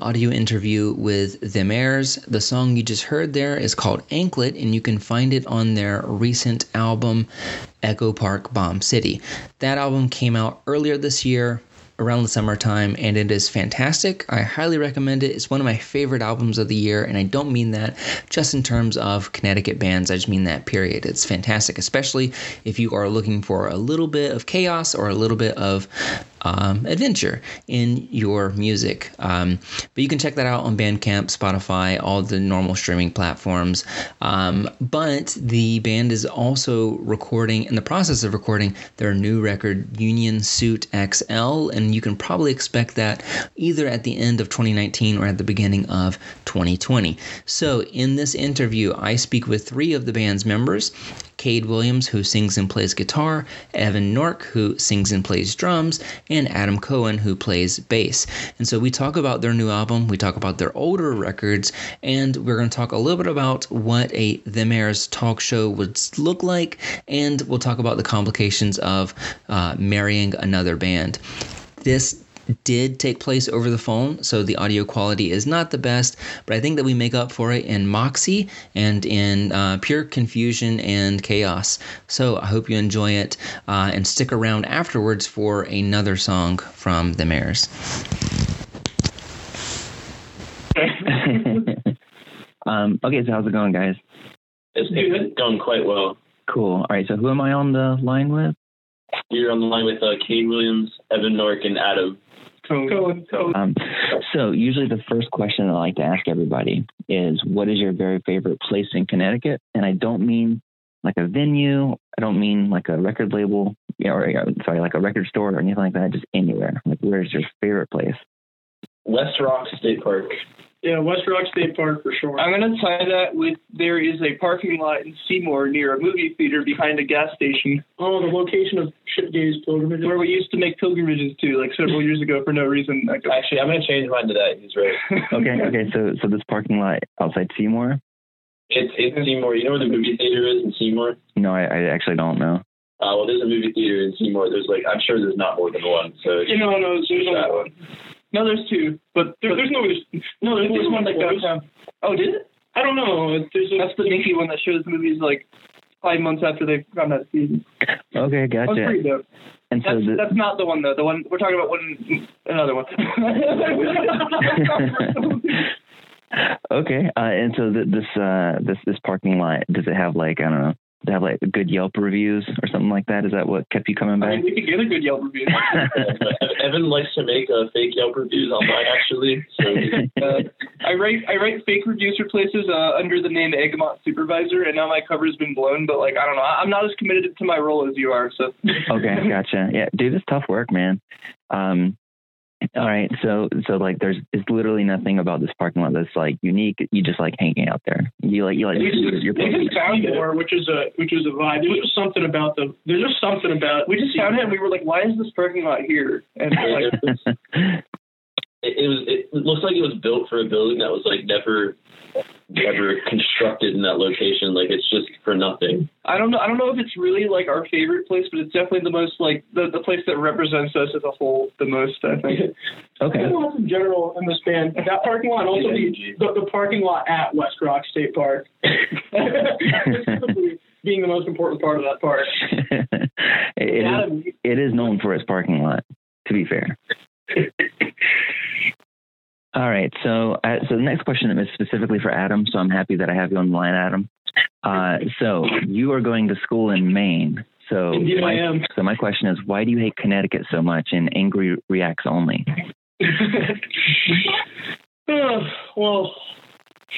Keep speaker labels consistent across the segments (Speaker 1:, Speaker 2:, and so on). Speaker 1: audio interview with Them Airs. The song you just heard there is called Anklet, and you can find it on their recent album, Echo Park Bomb City. That album came out earlier this year, around the summertime, and it is fantastic. I highly recommend it. It's one of my favorite albums of the year, and I don't mean that just in terms of Connecticut bands, I just mean that period. It's fantastic, especially if you are looking for a little bit of chaos or a little bit of um, adventure in your music. Um, but you can check that out on Bandcamp, Spotify, all the normal streaming platforms. Um, but the band is also recording, in the process of recording, their new record, Union Suit XL, and you can probably expect that either at the end of 2019 or at the beginning of 2020. So in this interview, I speak with three of the band's members. Cade Williams, who sings and plays guitar, Evan Nork, who sings and plays drums, and Adam Cohen, who plays bass. And so we talk about their new album, we talk about their older records, and we're going to talk a little bit about what a The Mayor's talk show would look like, and we'll talk about the complications of uh, marrying another band. This did take place over the phone, so the audio quality is not the best, but I think that we make up for it in Moxie and in uh, pure confusion and chaos. So I hope you enjoy it uh, and stick around afterwards for another song from The Mares.
Speaker 2: um, okay, so how's it going, guys?
Speaker 3: It's, it's going quite well.
Speaker 2: Cool. All right, so who am I on the line with?
Speaker 3: You're on the line with uh, Cade Williams, Evan Nork, and Adam.
Speaker 2: Um, so usually the first question I like to ask everybody is, "What is your very favorite place in Connecticut?" And I don't mean like a venue. I don't mean like a record label or sorry, like a record store or anything like that. Just anywhere. Like, where is your favorite place?
Speaker 3: West Rock State Park.
Speaker 4: Yeah, West Rock State Park for sure. I'm going to tie that with there is a parking lot in Seymour near a movie theater behind a gas station.
Speaker 5: Oh, the location of Ship Days pilgrimage.
Speaker 4: Where we used to make pilgrimages to, like several years ago for no reason. Like,
Speaker 3: Actually, I'm going to change mine to that. He's right.
Speaker 2: okay, okay. So, so this parking lot outside Seymour.
Speaker 3: It's it's Seymour. You know where the movie theater is in Seymour?
Speaker 2: No, I, I actually don't know.
Speaker 3: Uh, well, there's a movie theater in Seymour. There's like I'm sure there's not more than one. So
Speaker 4: you know, no, there's only one. one. No, there's two, but
Speaker 5: there, there's no
Speaker 4: no. There's, there's one that goes down. Oh, did it?
Speaker 5: I don't know. There's
Speaker 4: a, that's the Mickey one that shows movies like five months after they've gone out of season.
Speaker 2: Okay, gotcha.
Speaker 4: That's pretty dope.
Speaker 2: And
Speaker 4: Oh, that's,
Speaker 2: so the,
Speaker 4: that's not the one though. The one we're talking about one another one.
Speaker 2: okay, uh, and so the, this uh, this this parking lot does it have like I don't know to have like good Yelp reviews or something like that? Is that what kept you coming back?
Speaker 4: I mean, we could get a good Yelp review.
Speaker 3: Evan likes to make uh, fake Yelp reviews online, actually. So
Speaker 4: uh, I write I write fake reviews for places uh, under the name Egmont Supervisor, and now my cover's been blown. But like I don't know, I, am not as committed to my role as you are. So
Speaker 2: okay, gotcha. Yeah, dude, it's tough work, man. Um, all right, so so like there's it's literally nothing about this parking lot that's like unique. You just like hanging out there. You like you like
Speaker 5: They
Speaker 2: your,
Speaker 5: just,
Speaker 2: your
Speaker 5: they
Speaker 2: place.
Speaker 5: just found more, which is a which is a vibe. There's just something about the. There's just something about.
Speaker 4: We just found it, and we were like, "Why is this parking lot here?" And like,
Speaker 3: It, it was. It looks like it was built for a building that was like never, never constructed in that location. Like it's just for nothing.
Speaker 4: I don't know. I don't know if it's really like our favorite place, but it's definitely the most like the, the place that represents us as a whole the most. I think.
Speaker 2: Okay.
Speaker 5: Parking lots in general in this band. That parking lot, and also the, the, the parking lot at West Rock State Park, being the most important part of that park.
Speaker 2: it, it, is, it is known for its parking lot. To be fair. All right. So, uh, so the next question is specifically for Adam. So I'm happy that I have you on the line, Adam. Uh, so you are going to school in Maine. So
Speaker 5: Indeed
Speaker 2: my,
Speaker 5: I am.
Speaker 2: So my question is, why do you hate Connecticut so much and angry reacts only?
Speaker 5: Ugh, well, I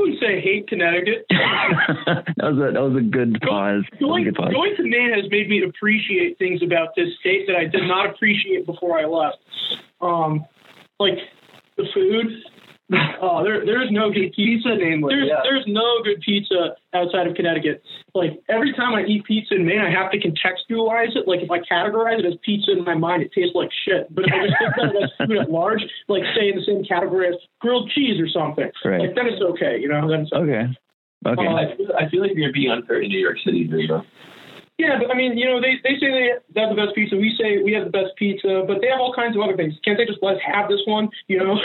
Speaker 5: wouldn't say I hate Connecticut.
Speaker 2: that was a that was a good pause. That was a
Speaker 5: Going,
Speaker 2: good pause.
Speaker 5: going to Maine has made me appreciate things about this state that I did not appreciate before I left. Um, like the food. Oh, there, there's no good
Speaker 4: Pizza
Speaker 5: pizza.
Speaker 4: name was
Speaker 5: There's
Speaker 4: yeah.
Speaker 5: there's no good pizza outside of Connecticut. Like every time I eat pizza in Maine, I have to contextualize it. Like if I categorize it as pizza in my mind, it tastes like shit. But if I just think about it as food at large, like say in the same category as grilled cheese or something,
Speaker 2: Right.
Speaker 5: like then it's okay. You know, then it's
Speaker 2: Okay. Okay.
Speaker 3: I feel, I feel like you're being unfair to New York City, Dreamer.
Speaker 5: Yeah, but I mean, you know, they, they say they have the best pizza. We say we have the best pizza, but they have all kinds of other things. Can't they just let us have this one? You know?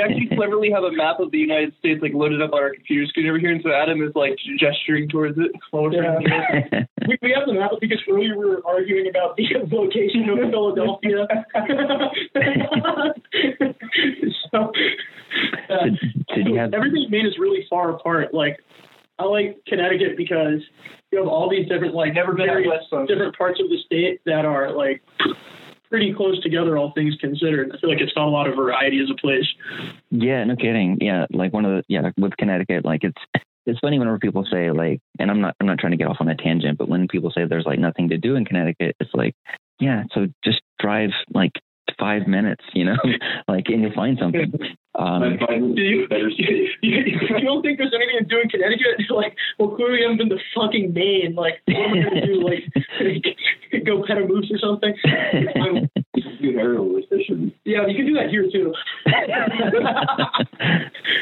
Speaker 4: actually cleverly have a map of the United States like loaded up on our computer screen over here, and so Adam is like gesturing towards it. While we're
Speaker 5: Yeah.
Speaker 4: trying to-
Speaker 5: we, we have the map because earlier we were arguing about the location of Philadelphia. so, uh,
Speaker 2: did, did you have
Speaker 5: everything Maine is really far apart. Like, I like Connecticut because you have all these different like
Speaker 4: Never been
Speaker 5: various
Speaker 4: out west, so-
Speaker 5: different parts of the state that are like pretty close together, all things considered. I feel like it's got a lot of variety as a place.
Speaker 2: Yeah, no kidding. Yeah, like one of the yeah with Connecticut, like it's it's funny whenever people say like, and I'm not I'm not trying to get off on a tangent, but when people say there's like nothing to do in Connecticut, it's like yeah, so just drive like five minutes, you know, like and you'll find something. Um,
Speaker 3: I find it a better city.
Speaker 5: you, you don't think there's anything to do in Connecticut? Like, well, clearly you haven't been to fucking Maine. Like, what am I gonna do? Like, go pet a moose or something? I'm-
Speaker 3: Good heroin efficient.
Speaker 5: yeah, you can do that here too.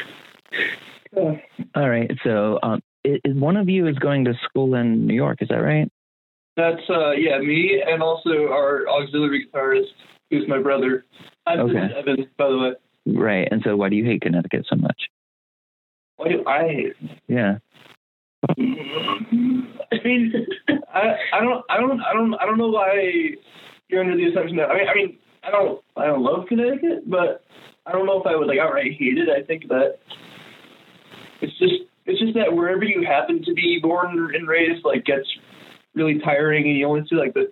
Speaker 2: all right, so um, i is one of you is going to school in New York, is that right?
Speaker 4: That's uh, yeah, me and also our auxiliary guitarist, who's my brother. I'm
Speaker 2: Okay.
Speaker 4: Evan, by the way.
Speaker 2: Right, and so why do you hate Connecticut so much?
Speaker 4: Why do I hate
Speaker 2: Yeah,
Speaker 4: I mean, I, I don't, I don't, I don't, I don't know why you're under the assumption that. I mean, I mean, I don't, I don't love Connecticut, but I don't know if I would like outright hate it. I think that it's just, it's just that wherever you happen to be born and raised, like, gets really tiring, and you only see like the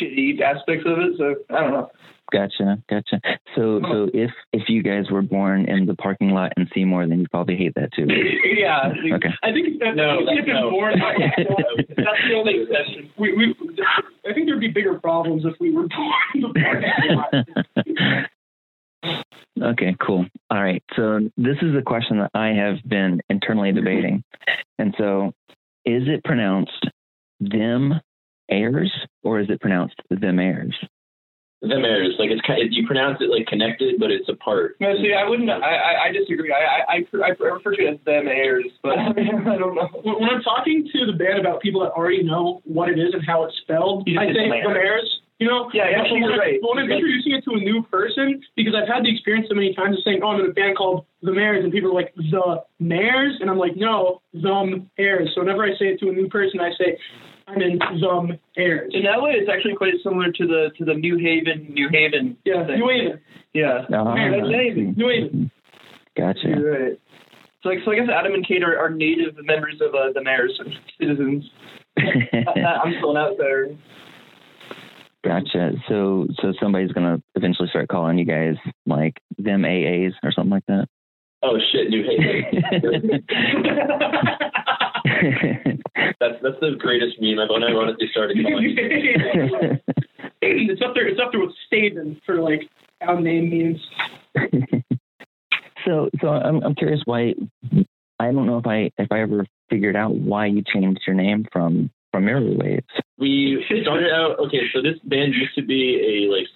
Speaker 4: shitty aspects of it. So I don't know.
Speaker 2: gotcha, gotcha. So so if if you guys were born in the parking lot in Seymour, then you probably hate that too.
Speaker 4: yeah. I think-
Speaker 2: Okay.
Speaker 5: I think that,
Speaker 3: No,
Speaker 5: if
Speaker 3: that- no.
Speaker 5: it's born, that's the only exception. We, we, I think there'd be bigger problems if we were born.
Speaker 2: okay, cool. All right. So this is the question that I have been internally debating. And so is it pronounced them airs or is it pronounced them airs?
Speaker 3: Them errors, like it's kind you pronounce it like connected, but it's apart.
Speaker 4: No, see, I wouldn't. I, I, I disagree. I, I, I, I refer to it as them airs, but I don't know.
Speaker 5: when, when I'm talking to the band about people that already know what it is and how it's spelled,
Speaker 4: You just
Speaker 5: I
Speaker 4: did
Speaker 5: say
Speaker 4: Blair.
Speaker 5: Gomez. You know,
Speaker 4: Yeah, yeah,
Speaker 5: But
Speaker 4: you're
Speaker 5: when, I-
Speaker 4: right.
Speaker 5: but when I'm introducing it to a new person, because I've had the experience so many times of saying, "Oh, I'm in a band called The Mares," and people are like, "The Mares," and I'm like, "No, Them Airs." So whenever I say it to a new person, I say, "I'm in Them Airs."
Speaker 4: In that way, it's actually quite similar to the to the New Haven, New Haven.
Speaker 5: Yeah,
Speaker 4: thing.
Speaker 5: New Haven,
Speaker 4: Yeah,
Speaker 2: Ah,
Speaker 5: that's
Speaker 4: amazing.
Speaker 5: New Haven.
Speaker 2: gotcha.
Speaker 4: Uh-huh. you're right. So, like, so I guess Adam and Kate are, are native members of uh, the Mares, citizens. I, I'm still an outsider.
Speaker 2: gotcha. So so somebody's gonna eventually start calling you guys like them AAs or something like that.
Speaker 3: Oh shit, New Haven. that's that's the greatest meme I've I've honestly started calling.
Speaker 5: it's up there. It's up there with Staden for like how name means.
Speaker 2: so so I'm I'm curious why I don't know if I if I ever figured out why you changed your name from from Early Waves.
Speaker 3: We started out okay, so this band used to be a like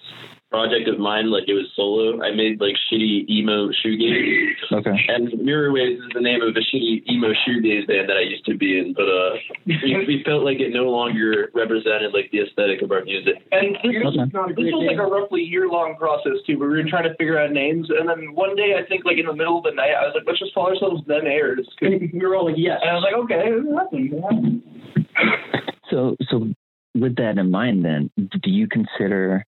Speaker 3: project of mine, like it was solo. I made like shitty emo shoegaze.
Speaker 2: Okay.
Speaker 3: And Mirror Waves is the name of a shitty emo shoegaze band that I used to be in, but uh we, we felt like it no longer represented like the aesthetic of our music.
Speaker 4: And this,
Speaker 2: Okay.
Speaker 5: Not a
Speaker 4: this
Speaker 5: great
Speaker 4: was like
Speaker 5: name.
Speaker 4: a roughly year long process too. where We were trying to figure out names, and then one day, I think, like in the middle of the night, I was like, let's just call ourselves them Airs. And
Speaker 5: And we were all like, yes.
Speaker 4: I was like, okay, it happened. It happened.
Speaker 2: So so with that in mind then, do you consider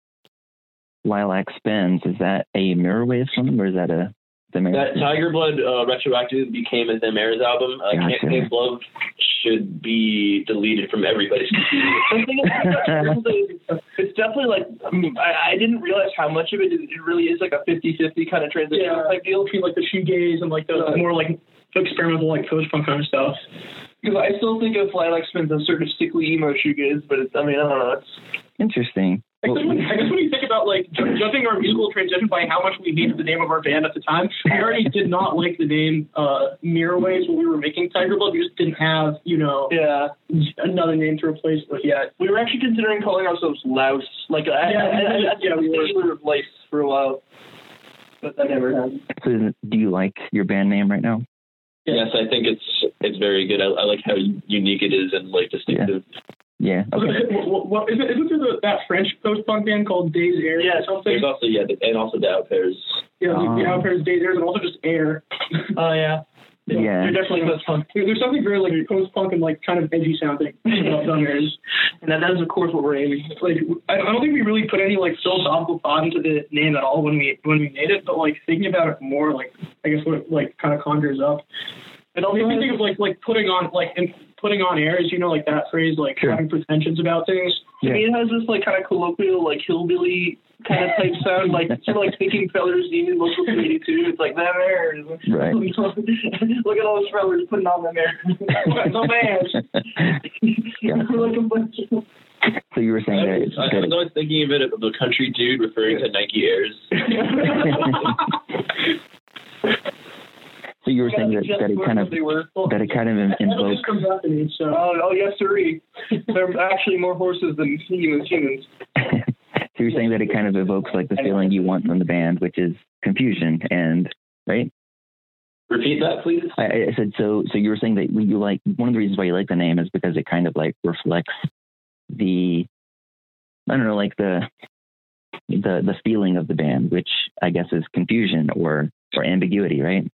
Speaker 2: Lilac Spins, is that a Mirror Waves song or is that a the
Speaker 3: That
Speaker 2: Mirror?
Speaker 3: Tiger Blood uh, retroactive became a Them Airs album. Uh,
Speaker 2: Gotcha.
Speaker 3: Can't Take Love should be deleted from everybody's computer.
Speaker 4: The thing is, it's definitely like um, I, I didn't realize how much of it is, it really is like a 50-50 kind of transition
Speaker 5: Yeah.
Speaker 4: type deal.
Speaker 5: between like the shoegaze and like the
Speaker 4: Right.
Speaker 5: more like experimental like post punk kind of stuff.
Speaker 4: Because I still think of Lilac Spins as sort of sickly emo shoegaze, but it's, I mean I don't know. It's,
Speaker 2: Interesting.
Speaker 5: I guess,
Speaker 2: Well,
Speaker 5: when, I guess when you think about like ju- judging our musical transition by how much we hated the name of our band at the time, we already did not like the name uh, Mirrorways when we were making Tiger Blood. We just didn't have you know
Speaker 4: yeah,
Speaker 5: another name to replace it with
Speaker 4: yeah. We were actually considering calling ourselves Louse. Like I,
Speaker 5: Yeah,
Speaker 4: I, I, I,
Speaker 5: yeah, we
Speaker 4: we
Speaker 5: were.
Speaker 4: were of Lice for a while, but that never happened.
Speaker 2: so do you like your band name right now?
Speaker 3: Yes, I think it's it's very good. I, I like how u- unique it is and like distinctive.
Speaker 2: Yeah. Okay.
Speaker 5: what, what, isn't, isn't there the, that French post-punk band called Days Air
Speaker 3: Yeah,
Speaker 5: or something?
Speaker 3: There's also yeah, the, and also the out pairs.
Speaker 5: Yeah,
Speaker 2: Um,
Speaker 5: the Alper's Days Airs and also just Air.
Speaker 3: Oh yeah.
Speaker 2: Yeah.
Speaker 5: They're definitely post-punk. There- There's something very like post-punk and like kind of edgy sounding about Dumb Airs. And that, that is of course what we're aiming. Like I, I don't think we really put any like philosophical thought into the name at all when we when we made it, but like thinking about it more, like I guess what it, like kind of conjures up. And also, me think of like like putting on like in, putting on airs, you know, like that phrase, like
Speaker 2: Sure.
Speaker 5: having pretensions about things.
Speaker 2: Yeah.
Speaker 5: To me, it has this like kind of colloquial, like hillbilly kind of type sound, like sort of like thinking fellers even local community too. It's like that airs.
Speaker 2: Right.
Speaker 5: Look at all those fellas putting on them there. no man.
Speaker 2: Yeah.
Speaker 5: We're like a bunch of-
Speaker 2: So you were
Speaker 3: I,
Speaker 2: saying that it's
Speaker 3: I, I was always thinking of it of a country dude referring to Nike Airs.
Speaker 2: so you were saying that,
Speaker 5: Just
Speaker 2: that it
Speaker 5: where
Speaker 2: kind of
Speaker 5: they were.
Speaker 2: that it kind of
Speaker 5: That'll
Speaker 2: invokes
Speaker 5: just come back to me, so.
Speaker 4: Oh, oh yes, sirree. They're actually more horses than humans. Humans.
Speaker 2: so you're saying that it kind of evokes like the feeling you want from the band, which is confusion and right.
Speaker 3: Repeat that, please.
Speaker 2: I, I said so. So you were saying that you like one of the reasons why you like the name is because it kind of like reflects the I don't know, like the the the feeling of the band, which I guess is confusion or or ambiguity, right?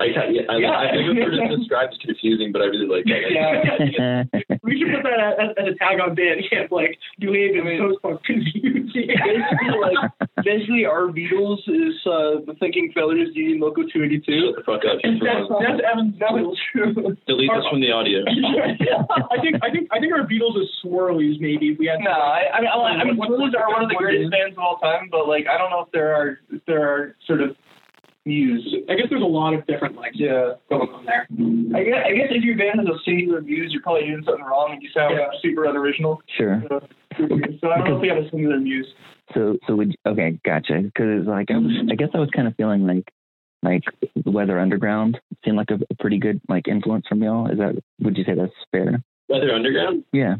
Speaker 3: I yeah, I,
Speaker 4: Yeah.
Speaker 3: I, I prefer to describe as confusing, but I really like that.
Speaker 4: Yeah.
Speaker 5: We should put that as, as a tag on band camp, like New Haven post-punk confusing.
Speaker 4: Basically, like basically, our Beatles is uh, the Thinking Fellers using Loco 282.
Speaker 3: Shut the fuck up.
Speaker 5: And
Speaker 3: You're
Speaker 5: that's,
Speaker 3: wrong.
Speaker 5: that's Evan's Beatles.
Speaker 3: Delete this from the audio.
Speaker 5: I think I think I think our Beatles is swirlies maybe if we had
Speaker 4: No, I, I mean, I, I mean, Swirlies are one of the greatest bands of all time, but like, I don't know if there are if there are sort of views.
Speaker 5: I guess there's a lot of different like
Speaker 4: Yeah.
Speaker 5: going on there.
Speaker 4: I guess, I guess if your band has a singular muse, you're probably doing something wrong and you sound super unoriginal.
Speaker 2: sure.
Speaker 4: So, so I don't know if we have a singular muse.
Speaker 2: So so would okay, gotcha. Because like I was, I guess I was kind of feeling like like Weather Underground seemed like a, a pretty good like influence from y'all. Is that would you say that's fair?
Speaker 3: Weather Underground.
Speaker 2: Yeah.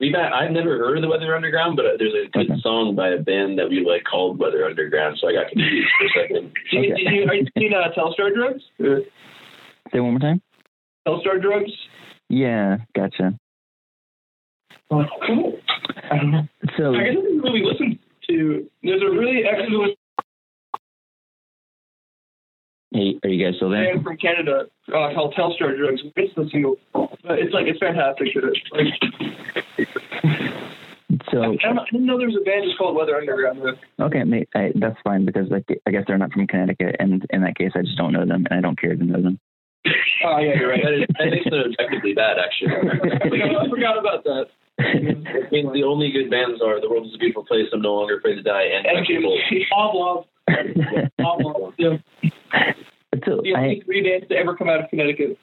Speaker 3: We've had, I've never heard of the Weather Underground, but uh, there's a good
Speaker 2: Okay.
Speaker 3: song by a band that we like called Weather Underground, so I got confused for a second.
Speaker 4: Do you,
Speaker 2: Okay.
Speaker 4: do you, are you seeing uh, Telstar drugs? Or
Speaker 2: Say one more time.
Speaker 4: Telstar drugs?
Speaker 2: Yeah, gotcha.
Speaker 4: I don't know.
Speaker 2: So
Speaker 5: I guess I didn't really listen to
Speaker 4: There's a really excellent
Speaker 2: hey, are you guys still there?
Speaker 4: band from Canada uh, called Telstar drugs. It's the single. But it's like, it's fantastic. Like,
Speaker 2: So
Speaker 4: I, don't- I didn't know there was a band just called Weather Underground.
Speaker 2: Okay, ma- I, that's fine because like, I guess they're not from Connecticut, and in that case, I just don't know them, and I don't care to know them.
Speaker 4: Oh, yeah, you're right.
Speaker 3: That is, that is an objectively bad, actually.
Speaker 4: I forgot about that.
Speaker 3: It means the only good bands are The World is a Beautiful Place, I'm No Longer Afraid to Die, and
Speaker 4: And Jim
Speaker 3: Flexible.
Speaker 5: Oblov. Oblov. Yeah.
Speaker 2: so,
Speaker 4: the
Speaker 2: I,
Speaker 4: only three bands to ever come out of Connecticut.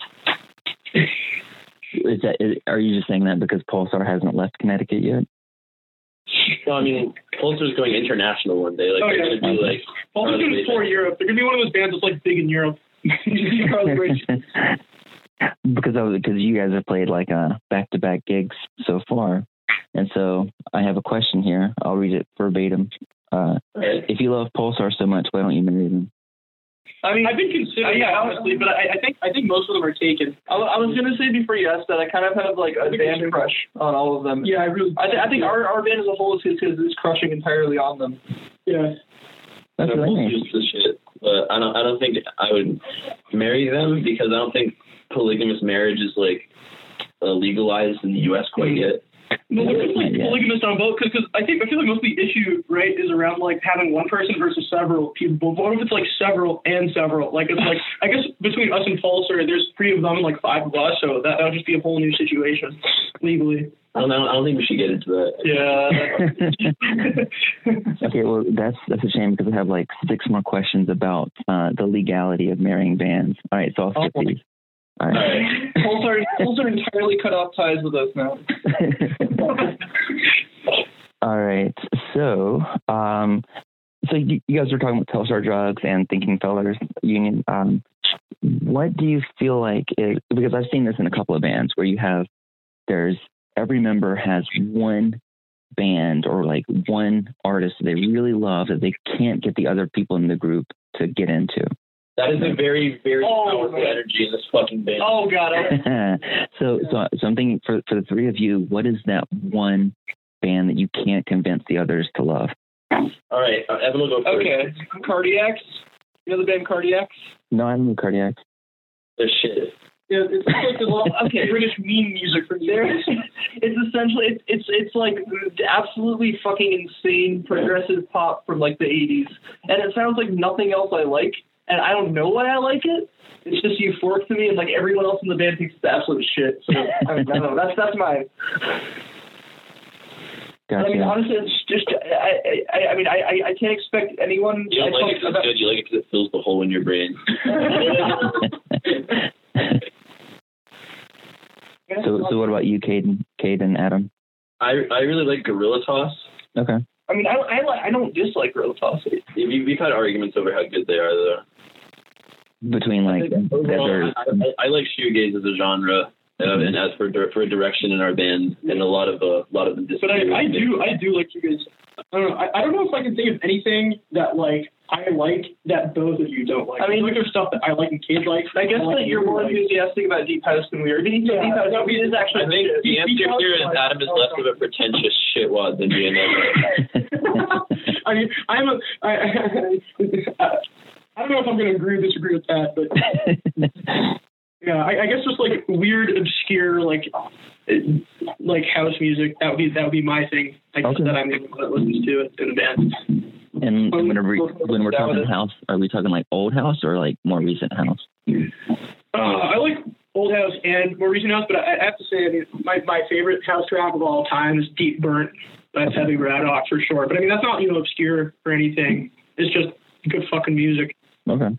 Speaker 2: is that is, are you just saying that because Pulsar hasn't left Connecticut yet?
Speaker 3: No, I mean, Pulsar's going international one day. Like,
Speaker 5: Oh,
Speaker 3: they're
Speaker 5: yeah.
Speaker 3: going to be like,
Speaker 5: Paul's gonna tour Europe. They're gonna be one of those bands that's like big in Europe. Probably rich.
Speaker 2: because I was because you guys have played like uh back to back gigs so far, and so I have a question here. I'll read it verbatim. Uh,
Speaker 3: Alright.
Speaker 2: if you love Pulsar so much, why don't you marry them?
Speaker 4: I mean,
Speaker 5: I've been considering
Speaker 4: Uh,
Speaker 5: it,
Speaker 4: yeah.
Speaker 5: honestly, but I, I think I think most of them are taken.
Speaker 4: I, I was gonna say before you asked that, I kind of have like a band crush on all of them.
Speaker 5: Yeah, I really.
Speaker 4: I, th- I think our, our band as a whole is, is, is crushing entirely on them.
Speaker 5: Yeah.
Speaker 2: That's
Speaker 3: No,
Speaker 2: what I
Speaker 3: Pulsar's
Speaker 2: mean.
Speaker 3: the shit. But I don't, I don't think I would marry them because I don't think polygamous marriage is, like, uh, legalized in the U.S. quite yet.
Speaker 5: Well, there's just, like
Speaker 2: Yeah.
Speaker 5: polygamous on both because I think I feel like most of the issue right is around like having one person versus several people. But what if it's like several and several? Like it's like I guess between us and Pulsar, there's three of them and like five of us, so that that'll just be a whole new situation legally.
Speaker 3: I don't, I don't, I don't think we should get into that.
Speaker 5: Yeah.
Speaker 2: okay, well that's that's a shame because I have like six more questions about uh, the legality of marrying bands. All right, so I'll skip
Speaker 4: Oh.
Speaker 2: these. All
Speaker 3: All
Speaker 2: right.
Speaker 3: right.
Speaker 4: Poles are, Poles are entirely cut off ties with us now.
Speaker 2: All right. So, um, so you, you guys were talking about Telstar Drugs and Thinking Fellers Union. Um, what do you feel like is because I've seen this in a couple of bands where you have there's every member has one band or like one artist they really love that they can't get the other people in the group to get into.
Speaker 3: That is a very, very
Speaker 5: Oh,
Speaker 3: powerful
Speaker 5: man.
Speaker 3: energy in this fucking band.
Speaker 5: Oh god, I-
Speaker 2: so, so something for for the three of you. What is that one band that you can't convince the others to love?
Speaker 3: All right, uh, Evan will go first.
Speaker 5: okay.
Speaker 4: Cardiacs.
Speaker 5: You know the band Cardiacs?
Speaker 2: No, I don't know cardiac.
Speaker 3: They're shit.
Speaker 5: Yeah, it's like the little
Speaker 4: Okay.
Speaker 5: British meme music from the
Speaker 4: There,
Speaker 5: 80s.
Speaker 4: it's essentially it's, it's it's like absolutely fucking insane progressive pop from like the '80s, and it sounds like nothing else I like, and I don't know why I like it. It's just euphoric to me, and like everyone else in the band thinks it's absolute shit. So I, mean, I don't know. That's that's my.
Speaker 2: Gotcha.
Speaker 4: I mean, honestly, it's just I I, I- I mean I I- I can't expect anyone.
Speaker 3: You
Speaker 4: I
Speaker 3: don't like it
Speaker 4: talked
Speaker 3: 'cause
Speaker 4: about-
Speaker 3: it's good. You like it 'cause it fills the hole in your brain.
Speaker 2: so, so what about you, Caden, Caden, Adam?
Speaker 3: I I really like Gorilla Toss.
Speaker 2: Okay.
Speaker 4: I mean, I don't- I like I don't dislike Gorilla Toss.
Speaker 3: If you- We've had arguments over how good they are, though.
Speaker 2: Between like
Speaker 3: Overall,
Speaker 2: desert.
Speaker 3: I, I, I like shoegaze as a genre, uh,
Speaker 2: Mm-hmm.
Speaker 3: and as for dir- for a direction in our band, and a lot of uh, lot of the.
Speaker 5: But I, I do I do like you guys. I don't know. I, I don't know if I can think of anything that like I like that both of you don't like.
Speaker 4: I mean-
Speaker 5: like there's stuff that I like and Kate likes.
Speaker 4: I guess
Speaker 5: and
Speaker 4: that
Speaker 5: like
Speaker 4: you're
Speaker 5: you
Speaker 4: more
Speaker 5: like.
Speaker 4: enthusiastic about Deep House than we are. Deep,
Speaker 5: Yeah,
Speaker 4: Deep House
Speaker 5: no,
Speaker 4: is actually
Speaker 3: I think the answer here is Adam is less of a pretentious shitwad than me and Evan.
Speaker 5: I mean, I'm a. I, I, I don't know if I'm going to agree or disagree with that, but yeah, I, I guess just like weird, obscure, like uh, like house music. That would be that would be my thing. I guess
Speaker 2: Okay.
Speaker 5: that I'm the one that listens to it in the band.
Speaker 2: and whenever we, when we're talking house, are we talking like old house or like more recent house?
Speaker 5: Uh, I like Old House and more recent house, but I, I have to say, I mean, my my favorite house rap of all time is Deep Burnt. That's heavy Raddock for sure. But I mean, that's not you know obscure or anything. It's just good fucking music.
Speaker 2: Okay.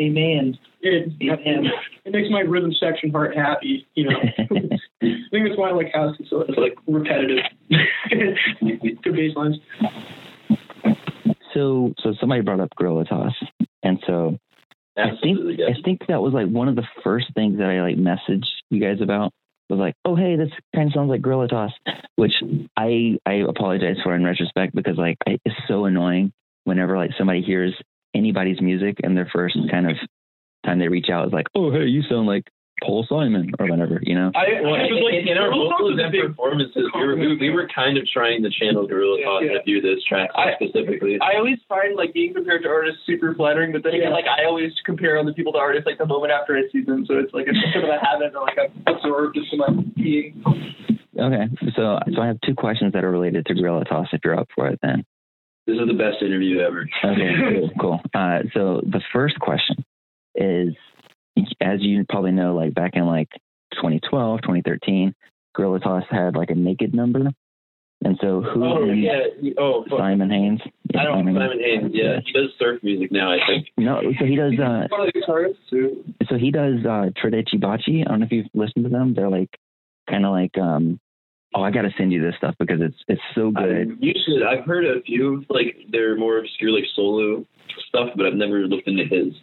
Speaker 4: Amen.
Speaker 5: It,
Speaker 4: Amen.
Speaker 5: it makes my rhythm section heart happy, you know. I think that's why I like house. It's, so- it's like repetitive. Good bass lines.
Speaker 2: So, so somebody brought up Gorilla Toss, and so I think
Speaker 3: Absolutely,
Speaker 2: I
Speaker 3: yes.
Speaker 2: think that was like one of the first things that I like messaged you guys about was like, oh hey, this kind of sounds like Gorilla Toss, which I I apologize for in retrospect because like I, it's so annoying whenever like somebody hears anybody's music and their first kind of time they reach out is like, oh hey, you sound like Paul Simon or whatever, you know?
Speaker 4: I,
Speaker 3: Well, in,
Speaker 4: I was like,
Speaker 3: in- in our
Speaker 4: Gorilla Toss
Speaker 3: vocals
Speaker 4: is a
Speaker 3: and
Speaker 4: big-
Speaker 3: performances, we were, we, we were kind of trying to channel Gorilla
Speaker 4: Yeah,
Speaker 3: Toss
Speaker 4: yeah.
Speaker 3: and do this track
Speaker 4: I-
Speaker 3: specifically.
Speaker 4: I always find like being compared to artists super flattering, but then again,
Speaker 5: Yeah.
Speaker 4: like I always compare other people to artists like the moment after I see them, so it's like it's sort of a habit that like I've absorbed into my being.
Speaker 2: Okay, so so I have two questions that are related to Gorilla Toss. If you're up for it, then.
Speaker 3: this is the best interview ever.
Speaker 2: Okay, cool, cool. Uh, so the first question is, as you probably know, like back in like 2012, 2013, Gorilla Toss had like a naked number, and so who
Speaker 3: Oh
Speaker 2: is
Speaker 3: yeah. he- Oh, fuck.
Speaker 2: Simon Haynes? Yeah,
Speaker 3: I don't
Speaker 2: Haynes.
Speaker 3: Simon Haynes. Yeah, he does surf music now. I think.
Speaker 2: No, so he does. Uh,
Speaker 4: One of the guitarists too.
Speaker 2: so he does uh, Tradici Baci. I don't know if you've listened to them. They're like kind of like. um Oh, I got to send you this stuff because it's it's so
Speaker 3: I,
Speaker 2: good.
Speaker 3: you should. I've heard a few of like their more obscure like solo stuff, but I've never looked into his.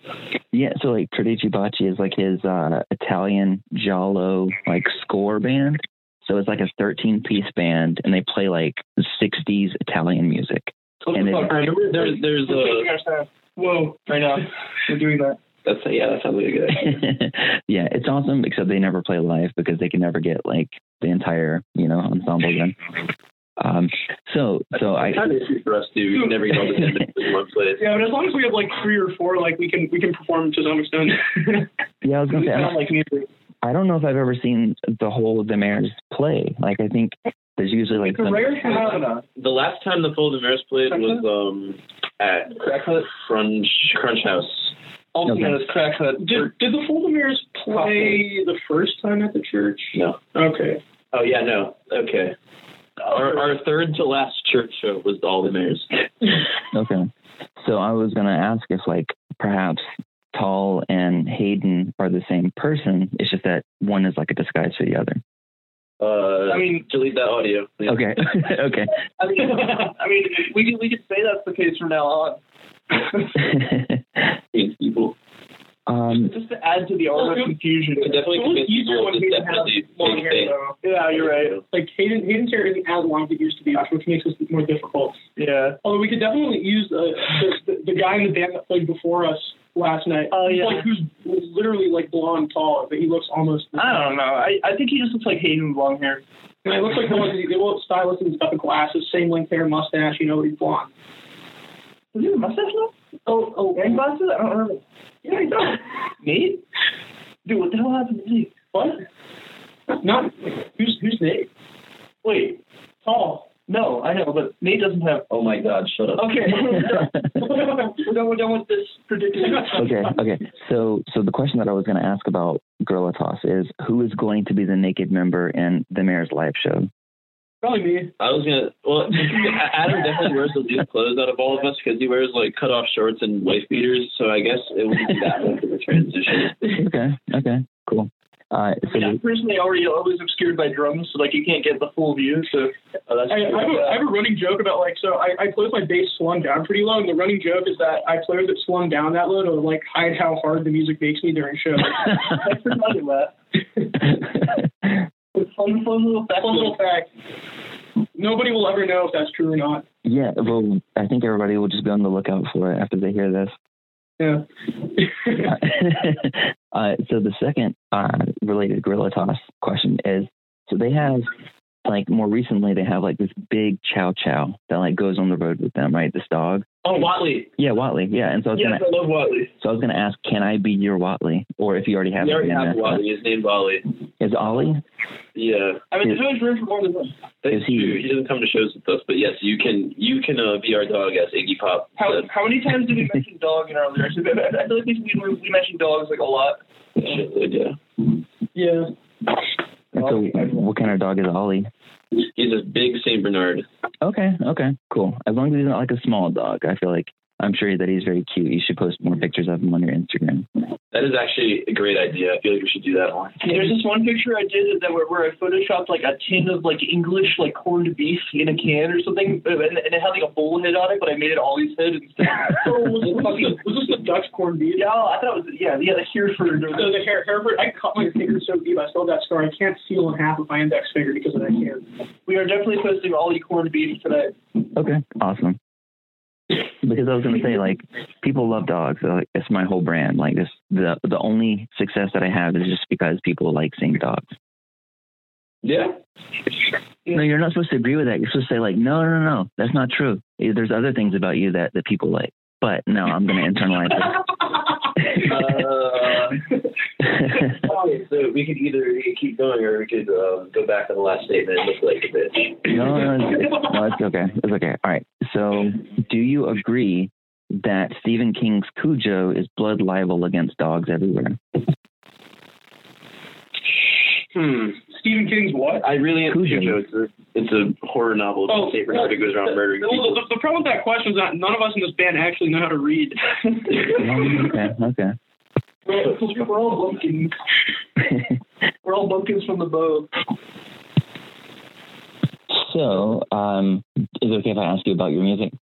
Speaker 2: Yeah, so like Tradici Baci is like his uh, Italian giallo like score band. So it's like a 13 piece band, and they play like 60s Italian music. And
Speaker 3: I
Speaker 2: it,
Speaker 3: remember there, there's a.
Speaker 5: Whoa!
Speaker 4: Right now, we're doing that.
Speaker 3: That's yeah. That sounds like a good. idea.
Speaker 2: yeah, it's awesome. Except they never play live because they can never get like the entire you know ensemble done. Um, so so I
Speaker 3: kind of issue for us too. We can never get all the instruments in one place.
Speaker 5: Yeah, but as long as we have like three or four, like we can we can perform to some extent.
Speaker 2: yeah I was gonna
Speaker 5: we
Speaker 2: say I
Speaker 5: sound
Speaker 2: don't,
Speaker 5: like music.
Speaker 2: I don't know if I've ever seen the whole of the Mares play. Like I think there's usually like
Speaker 4: It's a
Speaker 2: some,
Speaker 4: rare phenomenon.
Speaker 3: The last time the Full Damaris played was um at
Speaker 4: Cracklet,
Speaker 3: Crunch Crunch House.
Speaker 4: also
Speaker 2: Okay.
Speaker 4: known as Cracklet.
Speaker 5: Did did the Foldermares play the first time at the church?
Speaker 3: No.
Speaker 5: Okay.
Speaker 3: Oh yeah, no. Okay. Our, our third to last church show was all the mayors.
Speaker 2: Okay. So I was going to ask if, like, perhaps Tall and Hayden are the same person. It's just that one is like a disguise for the other.
Speaker 3: Uh,
Speaker 4: I mean-
Speaker 3: delete that audio. please.
Speaker 2: Okay. okay.
Speaker 4: I mean, I mean, we could we could say that's the case from now on.
Speaker 3: Thank people.
Speaker 2: um,
Speaker 4: Just to add to the aura of confusion.
Speaker 3: We definitely
Speaker 5: It was
Speaker 3: convinced
Speaker 5: easier
Speaker 3: people
Speaker 5: when
Speaker 3: to
Speaker 5: we didn't have
Speaker 3: definitely
Speaker 5: long
Speaker 3: think
Speaker 5: hair,
Speaker 3: they-
Speaker 5: though.
Speaker 4: Yeah, you're right.
Speaker 5: Like Hayden, Hayden's hair isn't as long as it used to be, which makes this more difficult.
Speaker 4: Yeah.
Speaker 5: Although we could definitely use uh, the, the, the guy in the band that played before us last night.
Speaker 6: Oh,
Speaker 5: He's,
Speaker 6: yeah.
Speaker 5: like who's literally like blonde tall, but he looks almost.
Speaker 4: I don't know. I, I think he just looks like Hayden with long hair.
Speaker 5: And it looks like the one they won't stylist and he's got the glasses, same length hair, mustache. You know, he's blonde.
Speaker 4: Does he have a mustache now?
Speaker 5: Oh, oh,
Speaker 4: And glasses? I don't remember.
Speaker 5: yeah, he does.
Speaker 4: Nate? Dude, what the hell happened to Nate?
Speaker 5: What? Not who's who's Nate? Wait, Paul.
Speaker 4: No, I know, but Nate doesn't have.
Speaker 3: Oh my God, shut up.
Speaker 5: Okay, we're done. We're done with this predicament.
Speaker 2: okay, okay. So, so the question that I was going to ask about Gorilla Toss is who is going to be the naked member in the mayor's live show?
Speaker 5: Probably me.
Speaker 3: I was gonna. Well, Adam definitely wears the least clothes out of all of us because he wears like cut off shorts and wife beaters. So I guess it would be that much of a transition.
Speaker 2: Okay, okay, cool. Uh, so,
Speaker 4: I'm personally already always obscured by drums, so like you can't get the full view. So
Speaker 3: Oh, that's
Speaker 5: I, I, have a, I have a running joke about like so I, I play with my bass slung down pretty low, and the running joke is that I play with it slung down that low to like hide how hard the music makes me during shows.
Speaker 4: I forgot about
Speaker 2: the-
Speaker 4: that. Fun, fun little fact.
Speaker 5: Fun little fact. Nobody will ever know if that's true or not.
Speaker 2: yeah, well, I think everybody will just be on the lookout for it after they hear this.
Speaker 5: Yeah.
Speaker 2: uh, so the second uh, related gorilla toss question is so they have like more recently they have like this big chow chow that like goes on the road with them right this dog
Speaker 3: oh, Watley.
Speaker 2: yeah Watley yeah and so I was
Speaker 3: Yes,
Speaker 2: gonna
Speaker 3: I love Watley.
Speaker 2: so I was gonna ask can I be your Watley or if you already have
Speaker 3: We
Speaker 2: it,
Speaker 3: already
Speaker 2: then
Speaker 3: have
Speaker 2: that's
Speaker 3: Watley. His name's Watley.
Speaker 2: fine. is Ollie
Speaker 3: Yeah.
Speaker 4: I mean, there's always room for more than one.
Speaker 2: Is
Speaker 3: That's
Speaker 2: he-
Speaker 3: true. He doesn't come to shows with us, but yes, you can. You can uh, be our dog as Iggy Pop.
Speaker 4: How
Speaker 3: said.
Speaker 4: how many times did we mention dog in our lyrics? I feel like we we, we mentioned dogs like a lot.
Speaker 3: Shitload, yeah.
Speaker 5: Yeah.
Speaker 2: and so what kind of dog is Ollie
Speaker 3: He's a big Saint Bernard.
Speaker 2: okay okay cool as long as he's not like a small dog I feel like I'm sure that he's very cute you should post more pictures of him on your Instagram
Speaker 3: That is actually a great idea. I feel like we should do that one.
Speaker 4: There's this one picture I did that where, where I photoshopped like a tin of like English like corned beef in a can or something, and, and it had like a bull head on it, but I made it Ollie's head instead.
Speaker 5: So was, this the, was this the Dutch corned beef?
Speaker 4: yeah, I thought it was yeah, yeah, the Hereford.
Speaker 5: So the hair, Hereford, I cut my finger so deep I still have that scar. I can't seal in half of my index finger because of that hair.
Speaker 4: We are definitely posting Ollie corned beef today.
Speaker 2: Okay, awesome. Because I was gonna say, like, people love dogs. So, like, it's my whole brand. Like, this the the only success that I have is just because people like seeing dogs.
Speaker 3: Yeah.
Speaker 2: No, you're not supposed to agree with that. You're supposed to say, like, no, no, no, that's not true. Eh, There's other things about you that that people like. But no, I'm gonna internalize
Speaker 3: Uh,
Speaker 2: it.
Speaker 3: okay, so we could either we could keep going or we could um, go back on the last statement and look like a bitch.
Speaker 2: no, no, it's, no, it's okay. It's okay. All right. So, do you agree that Stephen King's Cujo is blood libel against dogs everywhere?
Speaker 3: Hmm.
Speaker 5: Stephen King's what?
Speaker 3: I really
Speaker 2: Cujo.
Speaker 3: Cujo. It's a, it's a horror novel about
Speaker 5: Oh,
Speaker 3: Saint Bernard who goes around murdering
Speaker 5: Well,
Speaker 3: people.
Speaker 5: the, the problem with that question is that none of us in this band actually know how to read.
Speaker 2: Um, okay. Okay.
Speaker 4: We're all bumpkins. We're all bumpkins from the bow.
Speaker 2: So, um, is it okay if I ask you about your music?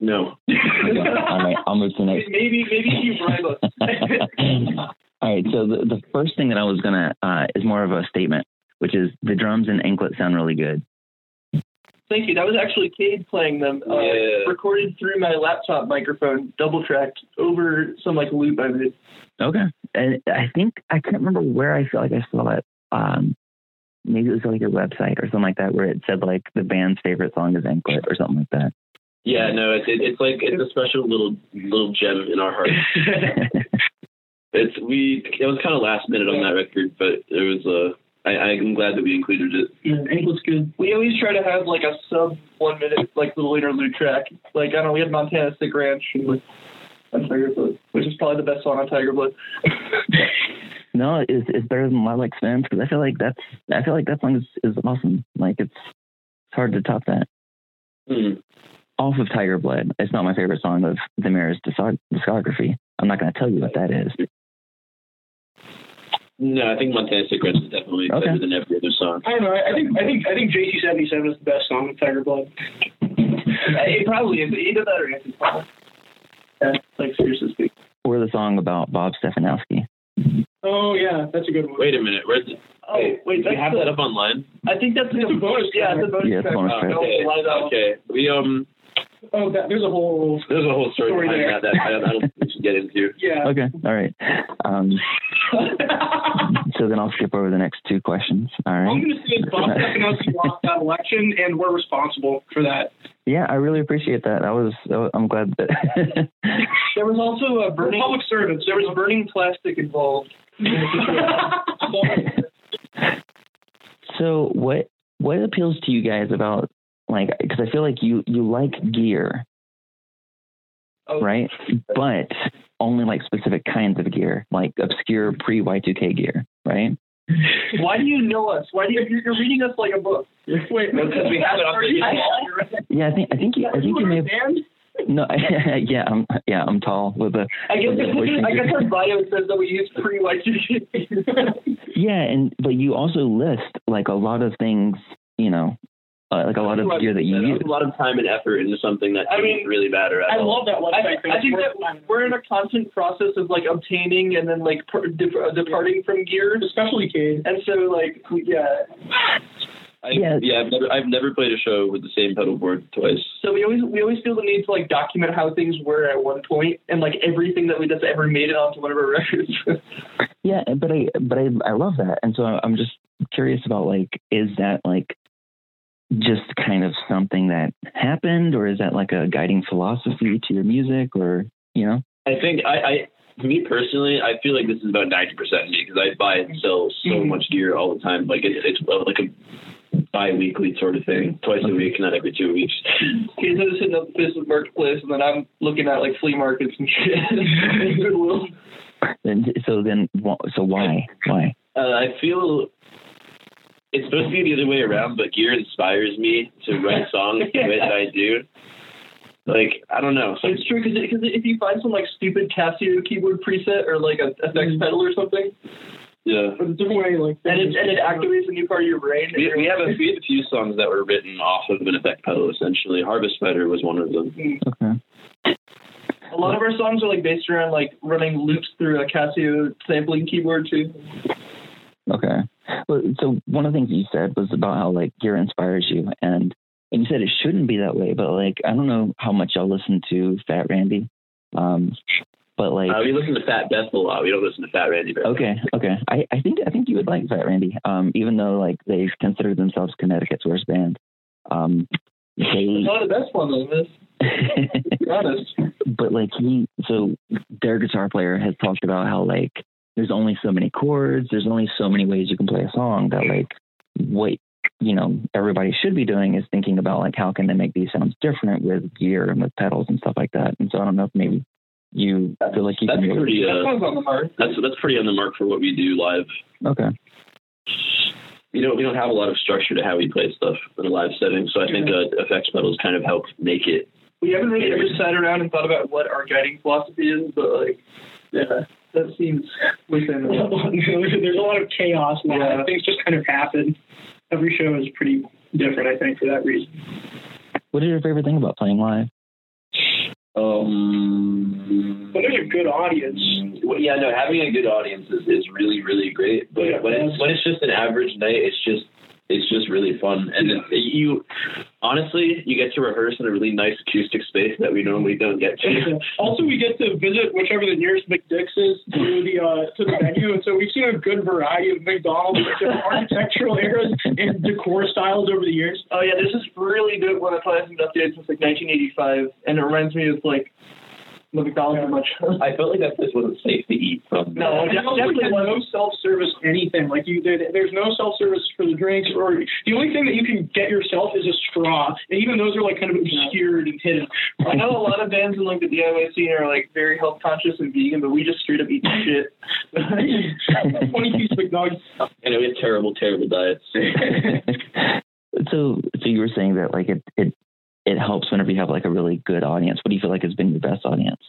Speaker 3: No.
Speaker 2: Okay. All right, I'll move to the next.
Speaker 4: Maybe maybe if you bribe us.
Speaker 2: All right, so the, the first thing that I was gonna uh, is more of a statement, which is the drums and anklet sound really good.
Speaker 4: Thank you. That was actually Cade playing them. Uh,
Speaker 3: Yeah.
Speaker 4: Recorded through my laptop microphone, double tracked over some like loop I made.
Speaker 2: Okay, and I think I can't remember where I feel like I saw it. Um, maybe it was like your website or something like that, where it said like the band's favorite song is anklet or something like that.
Speaker 3: Yeah. No. It's it, it's like it's a special little little gem in our heart. It's we. It was kind of last minute on that record, but it was. Uh, I, I'm glad that we included it.
Speaker 5: Yeah, English good.
Speaker 4: We always try to have like a sub one minute like little interlude track. Like I don't know, we had Montana Stick Ranch and like on Tiger Blood, which is probably the best song on Tiger Blood.
Speaker 2: no, it's, it's better than Lilac Spins because I feel like that's I feel like that song is, is awesome. Like it's it's hard to top that.
Speaker 3: Hmm.
Speaker 2: off of Tiger Blood. It's not my favorite song of the Mirror's discog- discography. I'm not going to tell you what that is.
Speaker 3: No, I think Montana Secrets is definitely
Speaker 2: Okay.
Speaker 3: better than every other song.
Speaker 5: I don't know. I think I think I think JC seventy seven is the best song in Tiger Blood.
Speaker 4: it probably is either that or Anthony Paul. Yeah, like seriously speaking.
Speaker 2: Or the song about Bob Stefanowski.
Speaker 5: Oh yeah, that's a good one.
Speaker 3: Wait a minute. Where's
Speaker 4: Oh wait,
Speaker 3: do
Speaker 4: that's
Speaker 3: you have
Speaker 4: the,
Speaker 3: that up online?
Speaker 4: I think that's
Speaker 5: It's
Speaker 4: the
Speaker 5: a bonus
Speaker 4: Yeah,
Speaker 5: track.
Speaker 4: it's a bonus
Speaker 2: Yeah, it's a
Speaker 4: track.
Speaker 2: bonus
Speaker 4: Oh,
Speaker 2: track.
Speaker 4: no,
Speaker 3: okay.
Speaker 4: why not?
Speaker 3: Okay. We um.
Speaker 5: Oh, that, there's a whole
Speaker 3: There's a whole story
Speaker 5: Story
Speaker 3: behind that.
Speaker 5: there.
Speaker 3: that I, don't- I don't think we should get into.
Speaker 5: Yeah.
Speaker 2: Okay. All right. Um, so then I'll skip over the next two questions. All
Speaker 5: I'm
Speaker 2: right.
Speaker 5: going to say Bob Stefanowski lost that election, and we're responsible for that.
Speaker 2: Yeah, I really appreciate that. That was. that was- I'm glad that.
Speaker 4: There was also a burning
Speaker 5: Public servants.
Speaker 4: there was burning plastic involved.
Speaker 2: so what what appeals to you guys about like? Because I feel like you you like gear,
Speaker 4: Oh,
Speaker 2: right? But only like specific kinds of gear, like obscure pre Y2K gear, right?
Speaker 4: Why do you know us? Why do you, you're, you're reading us like a book?
Speaker 5: Wait,
Speaker 3: Because we have it on
Speaker 5: Are you-
Speaker 2: Yeah, I think I think you, I think you may have no. yeah, I'm yeah I'm tall with a
Speaker 4: I guess,
Speaker 2: Wishing
Speaker 4: I guess
Speaker 2: you-
Speaker 4: our bio says that we use pre white
Speaker 2: Yeah, and but you also list like a lot of things, you know, uh, like a lot of gear that you
Speaker 3: That was
Speaker 2: use.
Speaker 3: a lot of time and effort into something that
Speaker 4: I
Speaker 3: didn't
Speaker 4: mean,
Speaker 3: really matter at
Speaker 5: I
Speaker 3: all.
Speaker 5: love that one.
Speaker 4: I, I think that we're in a constant process of like obtaining and then like per, dep- uh, departing from gear,
Speaker 5: especially Cade.
Speaker 4: and so like yeah,
Speaker 3: I,
Speaker 2: Yeah.
Speaker 3: yeah, I've never, I've never played a show with the same pedal board twice.
Speaker 4: so we always we always feel the need to like document how things were at one point and like everything that we that's ever made it onto one of our records.
Speaker 2: Yeah, but I but I I love that, and so I'm just curious about like, is that like just kind of something that happened, or is that like a guiding philosophy to your music, or you know?
Speaker 3: I think I, I me personally, I feel like this is about ninety percent of me because I buy and sell so
Speaker 2: Mhm.
Speaker 3: much gear all the time. Like it, it's uh, like a bi-weekly sort of thing, twice a week, not every two weeks.
Speaker 4: He's just hitting up this marketplace, and then I'm looking at like flea markets and shit. Goodwill.
Speaker 2: And so then, wh- so why why?
Speaker 3: Uh, I feel it's supposed to be the other way around, but gear inspires me to write songs the way that I do. Like I don't know. So
Speaker 4: It's true because if you find some like stupid Casio keyboard preset or like a effects pedal or something,
Speaker 3: yeah.
Speaker 5: But a different way, like
Speaker 4: and it and it activates a new part of your brain.
Speaker 3: We, we have a we have a few songs that were written off of an effect pedal. Essentially, Harvest Spider was one of them.
Speaker 2: Okay.
Speaker 4: A lot of our songs are like based around like running loops through a Casio sampling keyboard too.
Speaker 2: Okay. Well, so one of the things that you said was about how like gear inspires you, and and you said it shouldn't be that way, but like I don't know how much y'all listen to Fat Randy, um, but like
Speaker 3: Uh, we listen to Fat Beth a lot. We don't listen to Fat Randy. Very
Speaker 2: okay, okay, I, I think I think you would like Fat Randy, um, even though like they consider themselves Connecticut's worst band, um, they
Speaker 4: It's not the best one though, this. To be honest.
Speaker 2: but like he so their guitar player has talked about how like there's only so many chords there's only so many ways you can play a song that like what you know everybody should be doing is thinking about like how can they make these sounds different with gear and with pedals and stuff like that and so i don't know if maybe you feel like you
Speaker 3: That's
Speaker 2: can
Speaker 3: pretty.
Speaker 4: That
Speaker 3: Uh,
Speaker 4: song's on the mark.
Speaker 3: that's that's pretty on the mark for what we do live.
Speaker 2: okay
Speaker 3: We don't we don't have a lot of structure to how we play stuff in a live setting. So I think uh, effects pedals kind of help make it.
Speaker 4: We haven't really ever sat around and thought about what our guiding philosophy is, but like, yeah, that seems within.
Speaker 5: there's a lot of chaos now.
Speaker 4: Yeah.
Speaker 5: Things just kind of happen. Every show is pretty different, I think, for that reason.
Speaker 2: what is your favorite thing about playing live
Speaker 3: Um.
Speaker 5: But there's a good audience.
Speaker 3: Well, yeah, no, having a good audience is, is really really great. But
Speaker 5: Yeah.
Speaker 3: when it's when it's just an average night, it's just it's just really fun. And it, you honestly, you get to rehearse in a really nice acoustic space that we normally don't get to.
Speaker 5: also, we get to visit whichever the nearest McDick's is to the uh, to the venue, and so we've seen a good variety of McDonald's, different architectural eras, and decor styles over the years.
Speaker 4: Oh yeah, there's this really good one I probably haven't updated since like 1985, and it reminds me of like the McDonald's and much.
Speaker 3: I felt like that place wasn't safe to eat from.
Speaker 4: No,
Speaker 5: Like,
Speaker 4: Oh, definitely
Speaker 5: there's
Speaker 4: one.
Speaker 5: no self service anything. Like you, there, there's no self service for the drinks, or the only thing that you can get yourself is a straw, and even those are like kind of obscured and hidden.
Speaker 4: I know a lot of bands in like the DIY scene are like very health conscious and vegan, but we just straight up eat shit.
Speaker 5: Twenty piece McNuggets.
Speaker 3: And we had terrible, terrible diets.
Speaker 2: so so you were saying that like it it it helps whenever you have like a really good audience what do you feel like has been your best audience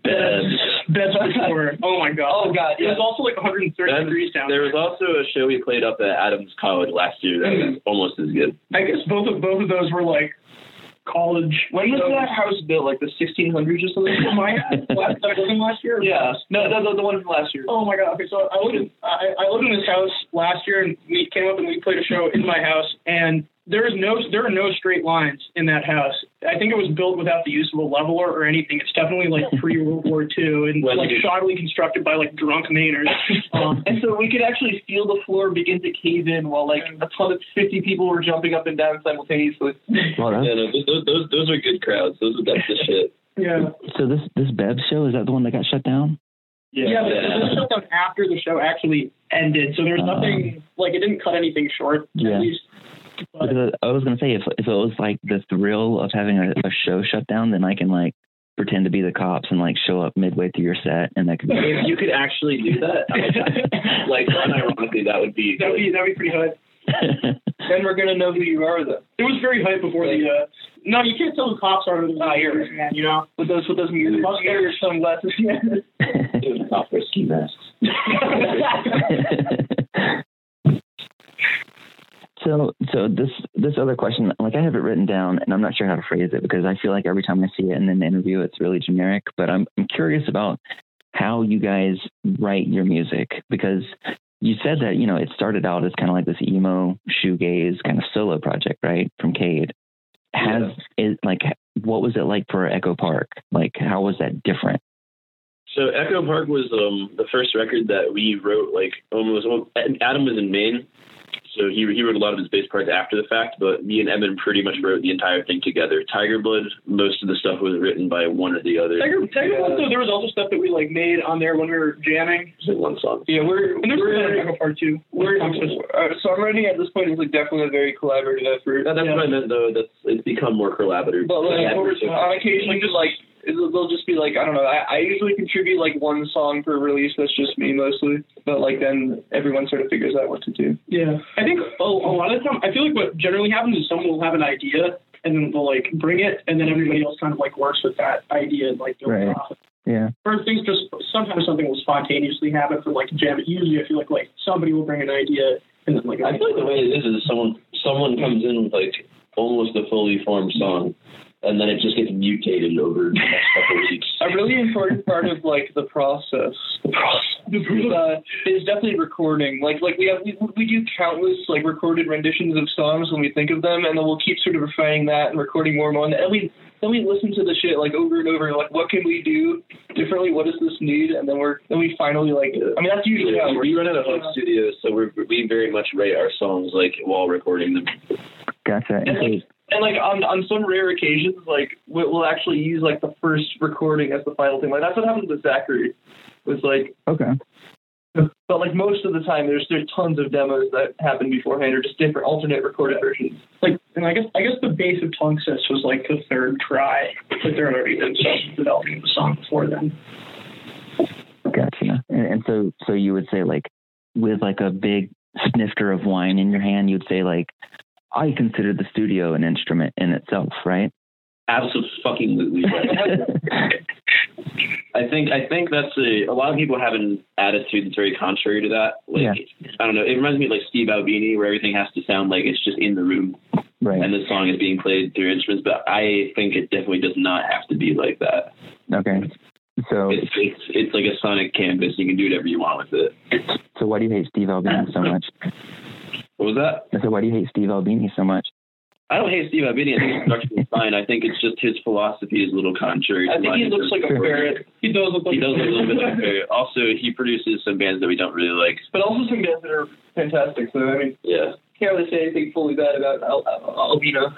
Speaker 3: Bad.
Speaker 5: That's for sure. Oh my god.
Speaker 4: Oh, God,
Speaker 5: It was also like 130
Speaker 3: That's-
Speaker 5: degrees down.
Speaker 3: There was also a show we played up at Adams College last year that was almost as good.
Speaker 5: I guess both of both of those were like college.
Speaker 4: When was that house built? Like the 1600s or something?
Speaker 5: My last that I was in last year.
Speaker 4: yeah. No, no, no, the one from last year.
Speaker 5: Oh my god. Okay, so I lived in I, I lived in this house last year, and we came up and we played a show in my house, and there is no there are no straight lines in that house. I think it was built without the use of a leveler or anything. It's definitely like pre World War II and
Speaker 3: Well,
Speaker 5: like
Speaker 3: dude.
Speaker 5: shoddily constructed by like drunk Mainers. Um,
Speaker 4: And so we could actually feel the floor begin to cave in while like a ton of 50 people were jumping up and down simultaneously.
Speaker 2: Well, that's,
Speaker 3: Yeah, no, those- those, those, those are good crowds. Those are that's the shit.
Speaker 5: yeah.
Speaker 2: so this this Bev show is that the one that got shut down?
Speaker 5: Yeah, but
Speaker 3: Yeah.
Speaker 5: this was done after the show actually ended, so there's
Speaker 2: Um,
Speaker 5: nothing like it didn't cut anything short.
Speaker 2: Yeah.
Speaker 5: At least, but,
Speaker 2: Because I was gonna say if if it was like the thrill of having a, a show shut down, then I can like pretend to be the cops and like show up midway through your set, and that could be.
Speaker 3: If you could actually do that, I would- like unironically, that would be.
Speaker 5: that'd be that'd be pretty hype.
Speaker 4: Then we're gonna know who you are though.
Speaker 5: It was very hype before the. Uh, no, you can't tell who cops are. with those
Speaker 4: Ah, you're
Speaker 5: ears, man. You know.
Speaker 4: With those with those weird
Speaker 5: Must wear your sunglasses.
Speaker 2: Off their ski vests. so so this this other question like i have it written down and i'm not sure how to phrase it because i feel like every time i see it in an interview it's really generic but i'm, I'm curious about how you guys write your music because you said that you know it started out as kind of like this emo shoegaze kind of solo project right from cade has is like what was it like for echo park like how was that different
Speaker 3: So Echo Park was um, the first record that we wrote. Like almost Adam was in Maine, so he he wrote a lot of his bass parts after the fact. But me and Evan pretty much wrote the entire thing together. Tiger Blood, most of the stuff was written by one or the other.
Speaker 5: Tiger,
Speaker 4: Yeah.
Speaker 5: Tiger Blood, though, there was also stuff that we like made on there when we were jamming.
Speaker 3: It's like one song.
Speaker 4: Yeah, we're
Speaker 5: And there's
Speaker 4: we're
Speaker 5: another part two.
Speaker 4: We're,
Speaker 5: Comes with-
Speaker 4: our songwriting at this point is like definitely a very collaborative effort.
Speaker 3: That- that's
Speaker 5: Yeah.
Speaker 3: what I meant though. That's it's become more collaborative.
Speaker 4: But like
Speaker 3: Yeah.
Speaker 4: over on occasion, just like it'll- they'll just be like I don't know. I, I usually contribute like one song per release. That's just me mostly. But like then everyone sort of figures out what to do.
Speaker 5: Yeah, I think a, a lot of the time, I feel like what generally happens is someone will have an idea and then they'll like bring it, and then everybody else kind of like works with that idea and like builds
Speaker 2: Right.
Speaker 5: off. it.
Speaker 2: yeah
Speaker 5: Or things just sometimes something will spontaneously happen for like a jam. Usually, I feel like like somebody will bring an idea and then like
Speaker 3: I feel like the way it is is someone someone comes in with like almost a fully formed song, and then it just gets mutated over the next couple of weeks.
Speaker 4: A really important part of like the process. The process. Is, uh, is definitely recording. Like, like we have we, we do countless like recorded renditions of songs when we think of them, and then we'll keep sort of refining that and recording more and more. And we then we listen to the shit like over and over. Like, what can we do differently? What does this need? And then we're then we finally like. I mean, that's usually how it
Speaker 3: Yeah,
Speaker 4: works.
Speaker 3: we run out of home studios, so we we very much rate our songs like while recording them.
Speaker 2: gotcha
Speaker 4: And like, and like on on some rare occasions, like we- we'll actually use like the first recording as the final thing. Like that's what happened with Zachary. Was like,
Speaker 2: okay
Speaker 4: but like most of the time, there's there's tons of demos that happen beforehand or just different alternate recorded versions.
Speaker 5: like and I guess I guess the base of Tongue Sis was like the third try that there had already been some developing of the song before then.
Speaker 2: Gotcha. And, and so, so you would say like, with like a big snifter of wine in your hand, you'd say like, I consider the studio an instrument in itself, right?
Speaker 3: Absolutely. I think I think that's a, a lot of people have an attitude that's very contrary to that. Like I don't know, it reminds me of like Steve Albini, where everything has to sound like it's just in the room
Speaker 2: right.
Speaker 3: and the song is being played through instruments. But I think it definitely does not have to be like that.
Speaker 2: Okay. So,
Speaker 3: It's it's it's like a sonic canvas. You can do whatever you want with it.
Speaker 2: so why do you hate Steve Albini so much?
Speaker 3: What was that?
Speaker 2: I said, why do you hate Steve Albini so much?
Speaker 3: I don't hate Steve Albini. I think his production is fine. I think it's just his philosophy is a little contrary. to
Speaker 4: I think
Speaker 3: mine
Speaker 4: he
Speaker 3: in
Speaker 4: looks
Speaker 3: terms
Speaker 4: like a
Speaker 3: of-
Speaker 4: ferret,
Speaker 5: He does look like
Speaker 3: He does look a little bit like a ferret. Also, he produces some bands that we don't really like.
Speaker 4: but also some bands that are fantastic. So I mean,
Speaker 3: Yeah.
Speaker 4: can't really say anything fully bad about Al- Al- Albino.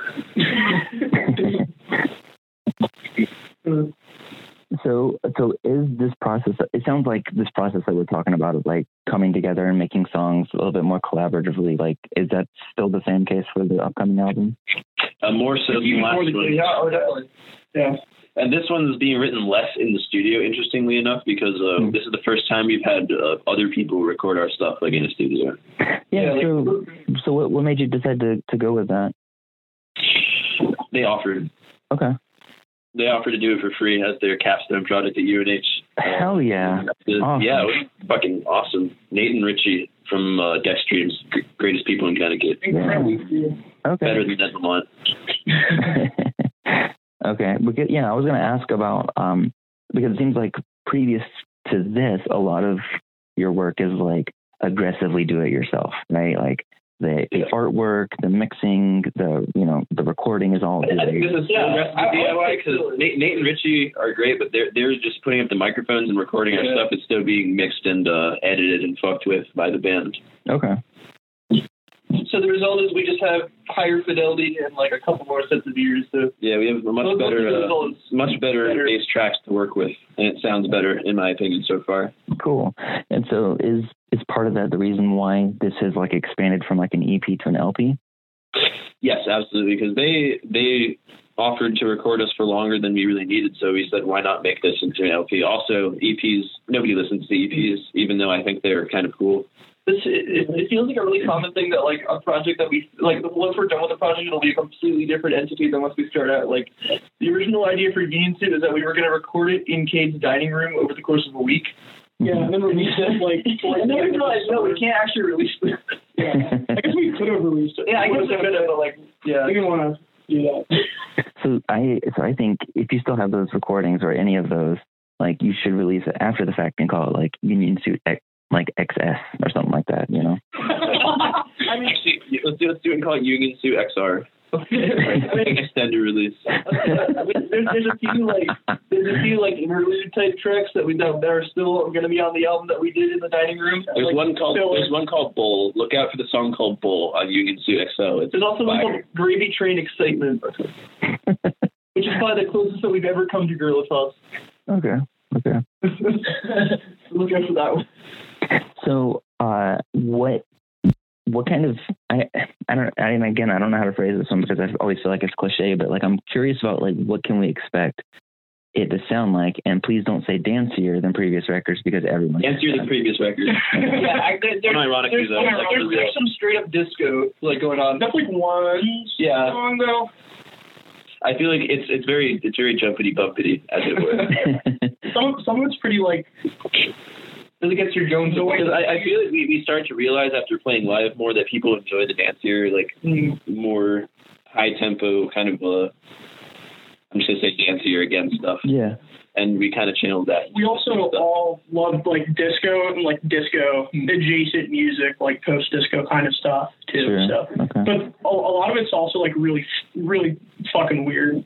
Speaker 2: so, so is this process? It sounds like this process that we're talking about of like coming together and making songs a little bit more collaboratively. Like, is that still the same case for the upcoming album?
Speaker 3: Uh, more so than
Speaker 5: Even
Speaker 3: last
Speaker 5: more than-
Speaker 3: one.
Speaker 4: Yeah, oh definitely.
Speaker 3: And this one's being written less in the studio, interestingly enough, because uh,
Speaker 2: Hmm.
Speaker 3: this is the first time we've had uh, other people record our stuff like in a studio.
Speaker 2: Yeah.
Speaker 4: like-
Speaker 2: so, so what, what made you decide to, to go with that?
Speaker 3: They offered
Speaker 2: Okay.
Speaker 3: they offered to do it for free as their capstone project at UNH.
Speaker 2: Hell yeah.
Speaker 3: Yeah,
Speaker 2: Awesome.
Speaker 3: it was fucking awesome. Nathan Ritchie from uh, Death Streams, gr- greatest people in Connecticut.
Speaker 5: Incredibly
Speaker 2: Okay.
Speaker 3: Better than Ned Lamont.
Speaker 2: okay. Because, yeah, I was going to ask about, um, because it seems like previous to this, a lot of your work is like aggressively do it yourself, right? Like The, the artwork, the mixing, the you know the recording is all.
Speaker 3: I think this is
Speaker 5: Yeah,
Speaker 3: the rest
Speaker 5: I- I
Speaker 3: of DIY
Speaker 5: like
Speaker 3: because Nate, Nate and Richie are great, but they're they're just putting up the microphones and recording our
Speaker 4: Yeah.
Speaker 3: stuff. It's still being mixed and uh, edited and fucked with by the band.
Speaker 2: Okay.
Speaker 4: So the result is we just have higher fidelity and like a couple more sets of ears. So
Speaker 3: Yeah, we have a much
Speaker 4: those are
Speaker 3: better,
Speaker 4: the
Speaker 3: uh,
Speaker 4: results.
Speaker 3: much better,
Speaker 4: Better.
Speaker 3: bass tracks to work with, and it sounds better in my opinion so far.
Speaker 2: Cool. And so is is part of that the reason why this has like expanded from like an EP to an LP?
Speaker 3: Yes, absolutely, because they they offered to record us for longer than we really needed, so we said why not make this into an LP. Also, EPs nobody listens to EPs, even though I think they're kind of cool.
Speaker 4: This it, it feels like a really common thing that like a project that we like once we're done with the project it'll be a completely different entity than once we start out. Like the original idea for Union Suit is that we were going to record it in Cade's dining room over the course of a week.
Speaker 5: Yeah,
Speaker 2: Mm-hmm.
Speaker 5: and then release it like.
Speaker 4: and then we realized no, we can't actually release this.
Speaker 5: Yeah. I guess we could have released it.
Speaker 4: Yeah, I guess
Speaker 5: we
Speaker 4: a bit of a like yeah.
Speaker 5: We didn't want to do that.
Speaker 2: so I so I think if you still have those recordings or any of those, like you should release it after the fact and call it like Union Suit X, like XS or something like that. You know.
Speaker 5: I mean,
Speaker 3: Actually, let's do let's do it and call it Union Suit XR.
Speaker 4: I mean,
Speaker 3: extended release.
Speaker 4: I mean, there's, there's a few like there's a few like interlude type tracks that we that are still going to be on the album that we did in the dining room.
Speaker 3: There's
Speaker 4: Like,
Speaker 3: one called
Speaker 4: so-
Speaker 3: There's one called Bull. Look out for the song called Bull on Union Suit XO. It's
Speaker 4: There's also one called
Speaker 3: fire.
Speaker 4: Gravy Train Excitement, which is probably the closest that we've ever come to Gorilla Toss.
Speaker 2: Okay. Okay.
Speaker 4: Look out for that one.
Speaker 2: So, uh, what what kind of I I don't I mean, again I don't know how to phrase this one because I always feel like it's cliche, but like I'm curious about like what can we expect it to sound like, and please don't say dancier than previous records because everyone
Speaker 3: Answer the previous record.
Speaker 4: yeah, I, there, there-
Speaker 3: Unironically
Speaker 4: there's,
Speaker 3: though,
Speaker 4: there's,
Speaker 3: that
Speaker 4: there's,
Speaker 3: was
Speaker 4: there's some straight up disco like going on.
Speaker 5: that's like one
Speaker 4: Yeah.
Speaker 5: song though.
Speaker 3: it. I feel like it's it's very it's very jumpity bumpity as it were.
Speaker 5: Some some of it's pretty like
Speaker 4: It gets your Jones away.
Speaker 3: Because I, I feel like we, we start to realize after playing live more that people enjoy the dancier, like
Speaker 4: Mm.
Speaker 3: more high tempo kind of uh I'm just gonna say dancier again stuff.
Speaker 2: yeah.
Speaker 3: And we kinda channeled that.
Speaker 5: we also all loved like disco and like disco
Speaker 3: Hmm.
Speaker 5: adjacent music, like post disco kind of stuff too.
Speaker 2: Sure.
Speaker 5: So,
Speaker 2: Okay.
Speaker 5: but a, a lot of it's also like really really fucking weird.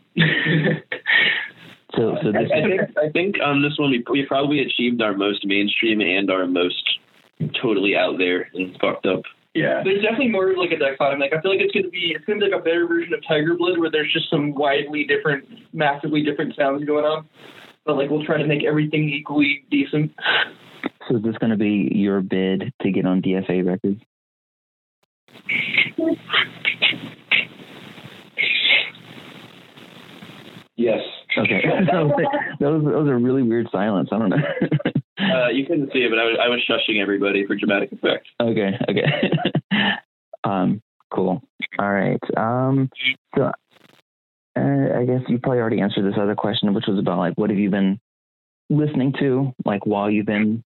Speaker 2: So so
Speaker 3: I,
Speaker 2: this
Speaker 3: I think I think on this one we, we probably achieved our most mainstream and our most totally out there and fucked up.
Speaker 5: yeah.
Speaker 4: There's definitely more of like a dichotomy. Like I feel like it's gonna be it's gonna be like a better version of Tiger Blood where there's just some widely different, massively different sounds going on. But like we'll try to make everything equally decent.
Speaker 2: so is this going to be your bid to get on DFA records?
Speaker 3: Yes.
Speaker 2: Okay. that, was like, that was that was a really weird silence. I don't know.
Speaker 3: Uh, you couldn't see it, but I was, I was shushing everybody for dramatic effect.
Speaker 2: Okay, okay. um, cool. All right. Um, so uh, I guess you probably already answered this other question, which was about like what have you been listening to, like while you've been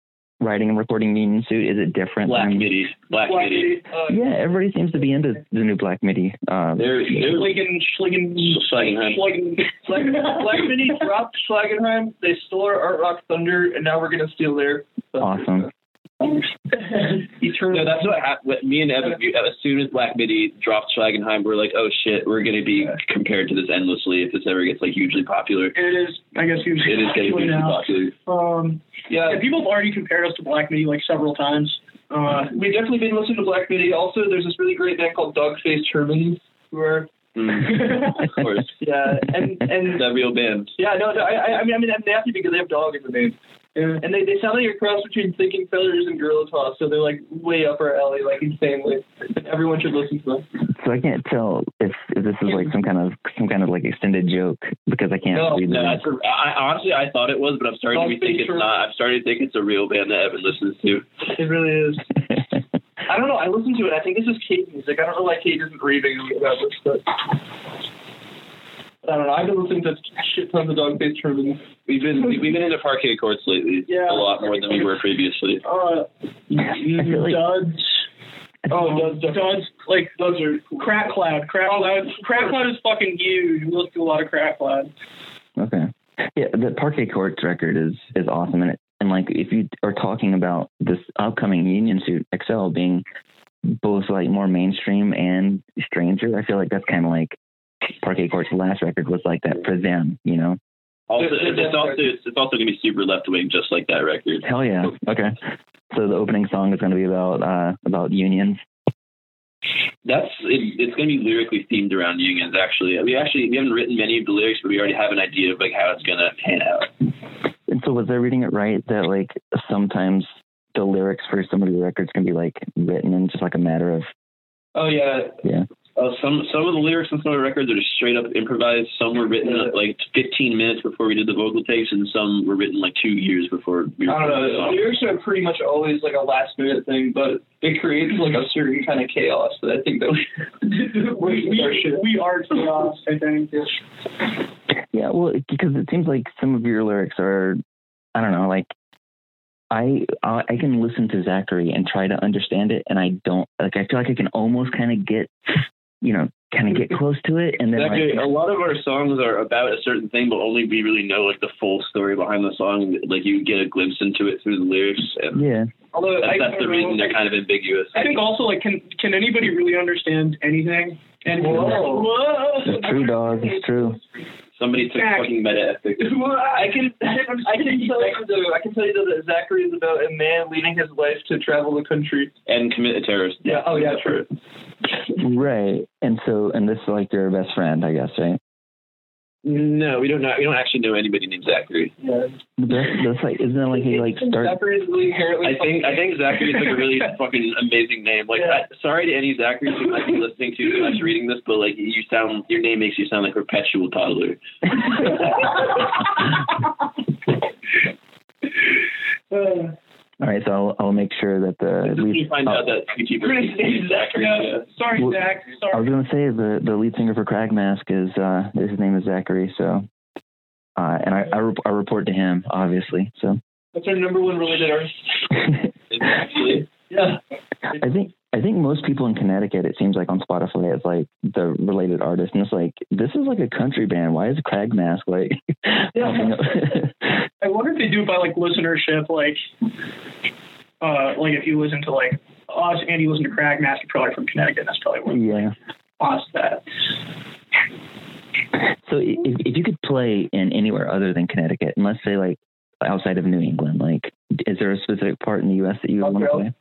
Speaker 2: writing and recording Union Suit? Is it different?
Speaker 3: Black
Speaker 2: than-
Speaker 3: MIDI. Black,
Speaker 4: Like,
Speaker 3: MIDI.
Speaker 4: uh,
Speaker 2: Yeah, everybody seems to be into the new Black MIDI. Um,
Speaker 3: They're, they're like
Speaker 5: Schlicken, Schlicken,
Speaker 3: Schlegenheim.
Speaker 5: Schlicken.
Speaker 4: Black, Black Mini dropped Schlagenheim. They stole our Art Rock Thunder, and now we're gonna steal their.
Speaker 2: awesome.
Speaker 3: No, that's what happened. Me and Evan, we- as soon as Black MIDI dropped Schlagenheim, we're like, oh shit, we're going to be compared to this endlessly if this ever gets like hugely popular.
Speaker 5: It is, I guess, you
Speaker 3: It is going to be
Speaker 5: now.
Speaker 3: popular.
Speaker 5: Um,
Speaker 4: Yeah,
Speaker 5: yeah, people have already compared us to Black Midi like several times. Uh,
Speaker 4: we've definitely been listening to Black Mini. Also, there's this really great band called Dogface Turbans, who are
Speaker 3: Mm, of course.
Speaker 4: yeah, and and
Speaker 3: That real band.
Speaker 4: Yeah, no, no I, I- I mean, I mean, I'm nasty because they have dog in the name,
Speaker 5: yeah.
Speaker 4: and they, they sound like a cross between Thinking Feathers and Gorilla Toss, so they're like way up our alley, like insanely. Everyone should listen to them.
Speaker 2: So I can't tell if, if this is like some kind of some kind of like extended joke because I can't
Speaker 4: No,
Speaker 2: read
Speaker 3: No,
Speaker 2: the
Speaker 3: that's a, I, I- honestly, I thought it was, but I'm starting to be
Speaker 4: Don't
Speaker 3: think
Speaker 4: be
Speaker 3: it's
Speaker 4: sure.
Speaker 3: not. I'm starting to think it's a real band that Evan listens to.
Speaker 4: It really is. I don't know. I listened to it. I think this is Kate music. I don't know why Kate isn't raving about this, but. I don't know. I've been listening to shit tons of dog face turbans.
Speaker 3: We've been we've been into parquet courts lately
Speaker 5: Yeah.
Speaker 3: a lot more than we were previously.
Speaker 5: Uh,
Speaker 2: feel like-
Speaker 5: duds.
Speaker 4: Oh,
Speaker 5: duds, duds, like
Speaker 4: Those are
Speaker 5: crap cloud, crap cloud, crap cloud is fucking huge. We listen to a lot of crap cloud.
Speaker 2: Okay. Yeah, the Parquet Courts record is is awesome, and it, and like if you are talking about this upcoming Union Suit XL being both like more mainstream and stranger. I feel like that's kind of like Parquet Court's last record was like that for them, you know?
Speaker 3: Also, it's, it's also it's, it's also gonna be super left wing, just like that record.
Speaker 2: Hell yeah. Okay. So the opening song is going to be about uh, about unions.
Speaker 3: That's it, it's gonna be lyrically themed around unions. Actually, we actually we haven't written many of the lyrics, but we already have an idea of like how it's gonna pan out.
Speaker 2: And so was I reading it right that like sometimes the lyrics for some of the records can be like written in just like a matter of
Speaker 4: Oh yeah,
Speaker 2: yeah.
Speaker 3: Uh, some some of the lyrics on some of the records are just straight up improvised. Some were written uh, like 15 minutes before we did the vocal takes, and some were written like two years before. We
Speaker 4: I don't
Speaker 3: recorded the
Speaker 4: know.
Speaker 3: song.
Speaker 4: Lyrics are pretty much always like a last minute thing, but it creates like a certain kind of chaos that I think that we
Speaker 5: we, we, we are chaos, I think.
Speaker 2: Yeah, well, it- because it seems like some of your lyrics are, I don't know, like I I I can listen to Zachary and try to understand it, and I don't like. I feel like I can almost kind of get, you know, kind of get close to it, and then
Speaker 3: Exactly.
Speaker 2: like,
Speaker 3: a lot of our songs are about a certain thing, but only we really know like the full story behind the song. Like you get a glimpse into it through the lyrics, and
Speaker 2: yeah,
Speaker 4: Although
Speaker 3: that's,
Speaker 4: I,
Speaker 3: that's the reason they're kind of ambiguous.
Speaker 5: I think also like can can anybody really understand anything? And
Speaker 4: Whoa.
Speaker 5: Whoa.
Speaker 2: it's true, dog, it's true.
Speaker 3: Somebody took
Speaker 5: Zach.
Speaker 3: fucking meta ethics.
Speaker 4: Well, I can I can tell you though I can tell you though that Zachary is about a man leading his life to travel the country.
Speaker 3: and commit a terrorist.
Speaker 4: Yeah. Oh yeah. True.
Speaker 2: Right, and so and this is like your best friend, I guess, right?
Speaker 3: No, we don't know. We don't actually know anybody named Zachary.
Speaker 4: Yeah.
Speaker 2: But That's, that's like isn't that like he like starts?
Speaker 4: Zachary is really inherently.
Speaker 3: I think I think Zachary's like a really fucking amazing name. Like,
Speaker 4: Yeah.
Speaker 3: I, sorry to any Zachary's who might be listening to slash reading this, but like you sound your name makes you sound like a perpetual toddler.
Speaker 4: Uh,
Speaker 2: All right, so I'll, I'll make sure that the
Speaker 3: Just when you
Speaker 2: lead,
Speaker 3: find
Speaker 2: oh,
Speaker 3: out that YouTuber
Speaker 4: Really?
Speaker 3: named Zachary.
Speaker 4: Yeah.
Speaker 3: yeah.
Speaker 5: Sorry,
Speaker 2: Well,
Speaker 5: Zach.
Speaker 2: I was
Speaker 5: Sorry.
Speaker 2: gonna say the the lead singer for Cragmask is uh his name is Zachary, so uh and I I, re- I report to him obviously. So
Speaker 4: that's our number one related artist.
Speaker 2: I
Speaker 3: It's actually-
Speaker 4: Yeah.
Speaker 2: think I think most people in Connecticut it seems like on Spotify it's like the related artist and it's like this is like a country band. Why is Cragmask like popping up?
Speaker 5: I wonder if they do it by like listenership, like uh like if you listen to like us and you listen to Cragmaster probably from Connecticut, that's probably what
Speaker 2: yeah.
Speaker 5: caused that.
Speaker 2: So i- if if you could play in anywhere other than Connecticut, and let's say like outside of New England, like is there a specific part in the U.S. that you would want to
Speaker 4: Montreal.
Speaker 2: play?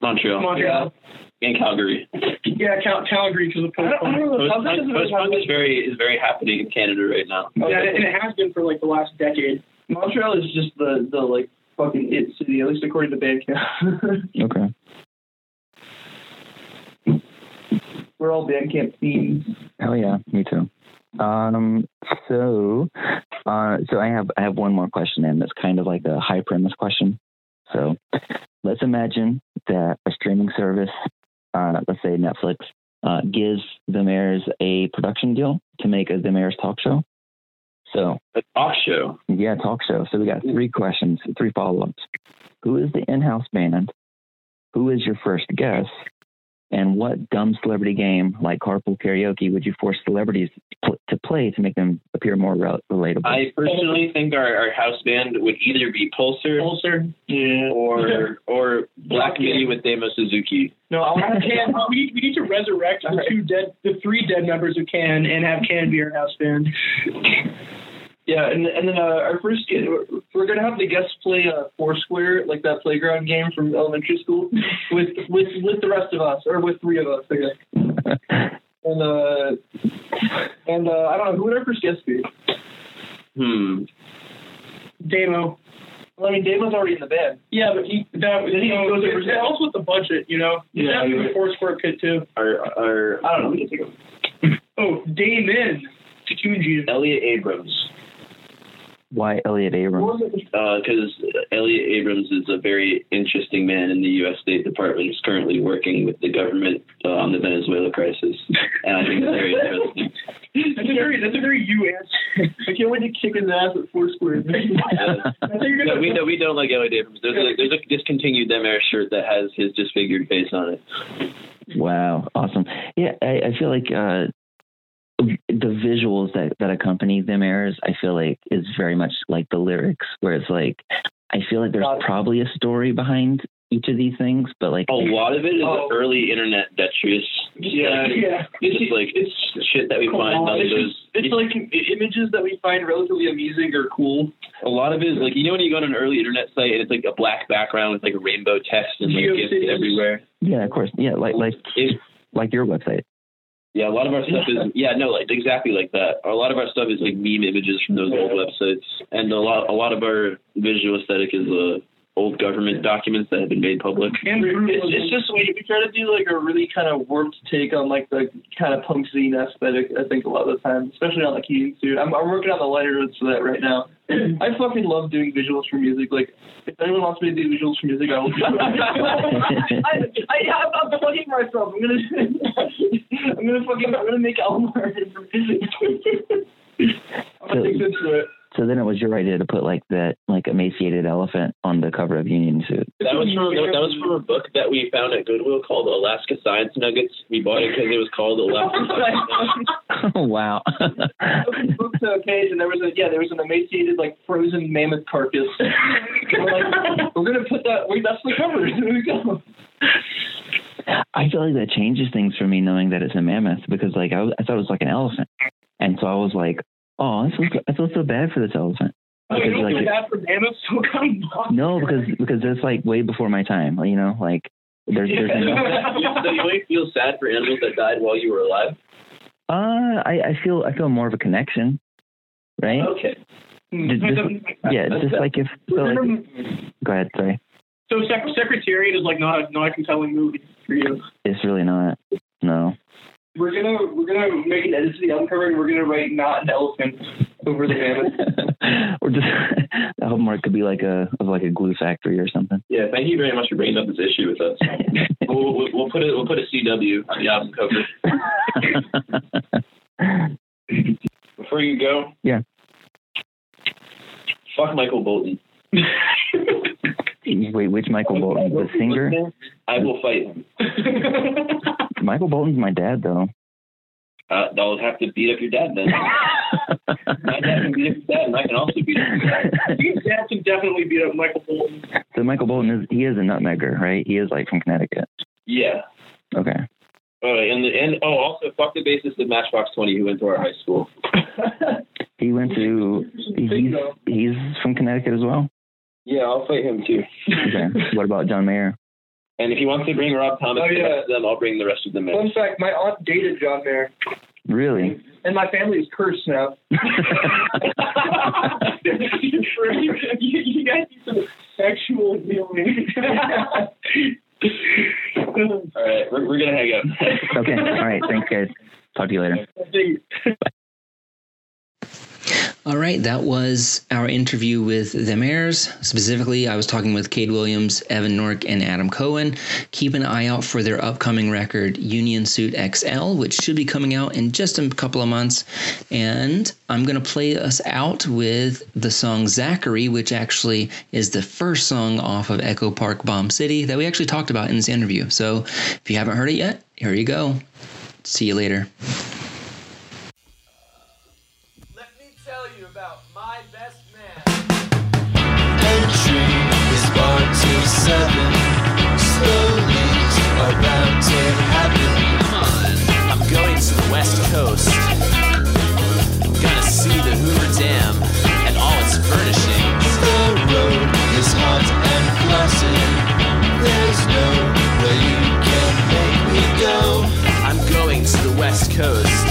Speaker 3: Montreal,
Speaker 5: Montreal.
Speaker 3: and Calgary.
Speaker 5: Yeah, Cal- Calgary because of
Speaker 4: I don't, I
Speaker 5: postpone.
Speaker 4: don't know.
Speaker 3: Post
Speaker 4: Something
Speaker 3: punk
Speaker 4: is
Speaker 3: post punk is very is very happening in Canada right now.
Speaker 5: Yeah,
Speaker 4: Okay.
Speaker 5: and it has been for like the last decade.
Speaker 4: Montreal is just the the like fucking it city, at least according to Bandcamp.
Speaker 2: Okay.
Speaker 4: We're all Bandcamp themes.
Speaker 2: Oh yeah, me too. Um, so, uh, so I have I have one more question, and it's kind of like a high premise question. So, let's imagine that a streaming service, uh, let's say Netflix, uh, gives the mayor's a production deal to make a the mayor's talk show. So,
Speaker 3: A talk show.
Speaker 2: yeah, talk show. So we got three questions, three follow-ups. Who is the in-house band? Who is your first guest? And what dumb celebrity game like carpool karaoke would you force celebrities to pl- to play to make them appear more rel relatable?
Speaker 3: I personally think our, our house band would either be Pulsar
Speaker 5: Ulcer.
Speaker 4: Yeah.
Speaker 3: or or Black
Speaker 4: Yeah.
Speaker 3: Midi with Damo Suzuki.
Speaker 4: No, I want to
Speaker 5: Can, we, need- we need to resurrect the two dead, the three dead members of Can, and have Can be our house band.
Speaker 4: Yeah, and and then uh, our first kid, we're- we're gonna have the guests play uh, Foursquare, like that playground game from elementary school, with with with the rest of us, or with three of us, I guess. And uh, and uh, I don't know who would our first guest be.
Speaker 3: Hmm.
Speaker 5: Demo.
Speaker 4: Well, I mean, Damon's already in the band.
Speaker 5: Yeah, but he that
Speaker 4: Then he
Speaker 5: you know,
Speaker 4: goes over-
Speaker 5: it helps with the budget, you know.
Speaker 4: Yeah,
Speaker 5: that was
Speaker 4: yeah.
Speaker 5: a four square pit too.
Speaker 3: Our our
Speaker 4: I don't know. We can take him.
Speaker 5: Oh, Damon. Tatunji.
Speaker 3: Elliot Abrams,
Speaker 2: Why Elliot Abrams?
Speaker 3: because Uh, Elliot Abrams is a very interesting man in the U.S. State Department. He's currently working with the government uh, on the Venezuela crisis, and I think it's very interesting.
Speaker 5: That's a very that's a very U answer.
Speaker 4: I can't wait to kick his ass at Foursquare.
Speaker 5: I think you're
Speaker 3: Uh, No,
Speaker 5: gonna
Speaker 3: we, no, we don't like Elliot Abrams. There's a, there's a discontinued Dem Air shirt that has his disfigured face on it.
Speaker 2: Wow, awesome. Yeah, I, I feel like uh, the visuals that, that accompany them airs, I feel like is very much like the lyrics, where it's like I feel like there's
Speaker 4: Got it.
Speaker 2: probably a story behind each of these things, but like
Speaker 3: A lot of it is
Speaker 5: Oh.
Speaker 3: early internet detritus. Just
Speaker 4: Yeah.
Speaker 3: like,
Speaker 5: Yeah.
Speaker 3: It's just like
Speaker 4: It's
Speaker 3: shit that we
Speaker 5: Come
Speaker 3: find
Speaker 5: on,
Speaker 3: on
Speaker 5: it's
Speaker 3: those.
Speaker 4: it's like i- images that we find relatively amusing or cool.
Speaker 3: a lot of it is like you know when you go on an early internet site and it's like a black background with like a rainbow text and like
Speaker 5: GeoCities.
Speaker 3: gifs everywhere.
Speaker 2: yeah, of course, yeah, like like
Speaker 3: It-
Speaker 2: like your website.
Speaker 3: yeah, a lot of our stuff is yeah, no, like exactly like that. A lot of our stuff is like meme images from those old websites, and a lot a lot of our visual aesthetic is uh, old government documents that have been made public.
Speaker 5: And
Speaker 4: It's,
Speaker 5: brutalism.
Speaker 4: it's just we, we try to do like a really kind of warped take on like the kind of punk zine aesthetic. I think a lot of the time, especially on the keys, dude. I'm, I'm working on the lighter notes for that right now. I fucking love doing visuals for music. Like, if anyone wants me to do visuals for music, I will. Do it. I, I, I'm, I'm fucking myself. I'm gonna, I'm gonna fucking, I'm gonna make Elmer. I'm gonna take this to it.
Speaker 2: So then it was your idea to put like that like emaciated elephant on the cover of Union Suit.
Speaker 3: That was from that was from a book that we found at Goodwill called Alaska Science Nuggets. We bought it because it was called Alaska Science Nuggets.
Speaker 2: oh wow.
Speaker 4: book to a page, and there was a yeah, there was an emaciated like frozen mammoth carcass. we're like, we're gonna put that. Wait, that's the cover. There we go.
Speaker 2: I feel like that changes things for me knowing that it's a mammoth because like I, was, I thought it was like an elephant, and so I was like, oh, I feel I feel so bad for this elephant.
Speaker 5: Oh, you
Speaker 2: Because,
Speaker 5: don't
Speaker 2: like,
Speaker 5: feel bad for mammoths? So come on.
Speaker 2: No, because because that's like way before my time. You know, like there's there's
Speaker 3: So
Speaker 2: enough.
Speaker 3: you only feel sad for animals that died while you were alive.
Speaker 2: Uh, I I feel I feel more of a connection, right?
Speaker 3: Okay.
Speaker 2: Just- just- yeah, it's just like if so like, go ahead, sorry,
Speaker 5: So Sec- Secretariat is like not a, not a compelling movie for you.
Speaker 2: it's really not. No,
Speaker 4: We're gonna we're gonna make an edit to the album cover, and we're gonna write not an elephant over the mammoth.
Speaker 2: or just the homework could be like a of like a glue factory or something.
Speaker 3: Yeah. Thank you very much for bringing up this issue with us. We'll, we'll, we'll put it. We'll put a CW on the album cover. Before you go.
Speaker 2: Yeah.
Speaker 3: Fuck Michael Bolton.
Speaker 2: Wait, which Michael Bolton? The singer?
Speaker 3: I will fight him.
Speaker 2: Michael Bolton's my dad, though.
Speaker 3: Uh, I'll have to beat up your dad then. My dad can beat up your dad, and I can also beat up your dad.
Speaker 5: Hugh Jackson definitely beat up Michael Bolton.
Speaker 2: so Michael Bolton is he is a nutmegger, right? He is like from Connecticut.
Speaker 3: Yeah.
Speaker 2: Okay.
Speaker 3: All right. And the, and oh, also fuck the bassist of Matchbox Twenty who went to our high school.
Speaker 2: He went to he's he's from Connecticut as well.
Speaker 3: Yeah, I'll fight him too.
Speaker 2: Okay. what about John Mayer?
Speaker 3: And if he wants to bring Rob Thomas,
Speaker 4: Oh,
Speaker 3: the
Speaker 4: yeah.
Speaker 3: rest of them, I'll bring the rest of them in.
Speaker 4: Fun fact: My aunt dated John Mayer,
Speaker 2: Really?
Speaker 4: and my family is cursed now.
Speaker 5: you, you guys need some sexual healing.
Speaker 3: All right, we're, we're gonna hang up.
Speaker 2: okay. All right. Thanks, guys. Talk to you later.
Speaker 1: All right, that was our interview with the mayors. Specifically, I was talking with Cade Williams, Evan Nork, and Adam Cohen. Keep an eye out for their upcoming record, Union Suit XL, which should be coming out in just a couple of months. And I'm going to play us out with the song Zachary, which actually is the first song off of Echo Park Bomb City that we actually talked about in this interview. So if you haven't heard it yet, here you go. See you later.
Speaker 6: Let me tell you about my best man.
Speaker 7: Entry is bar to seven. Stories are bound to happen. I'm going to the west coast. Gonna see the Hoover Dam and all its furnishings. The road is hot and glassy. There's no way you can make me go. I'm going to the west coast.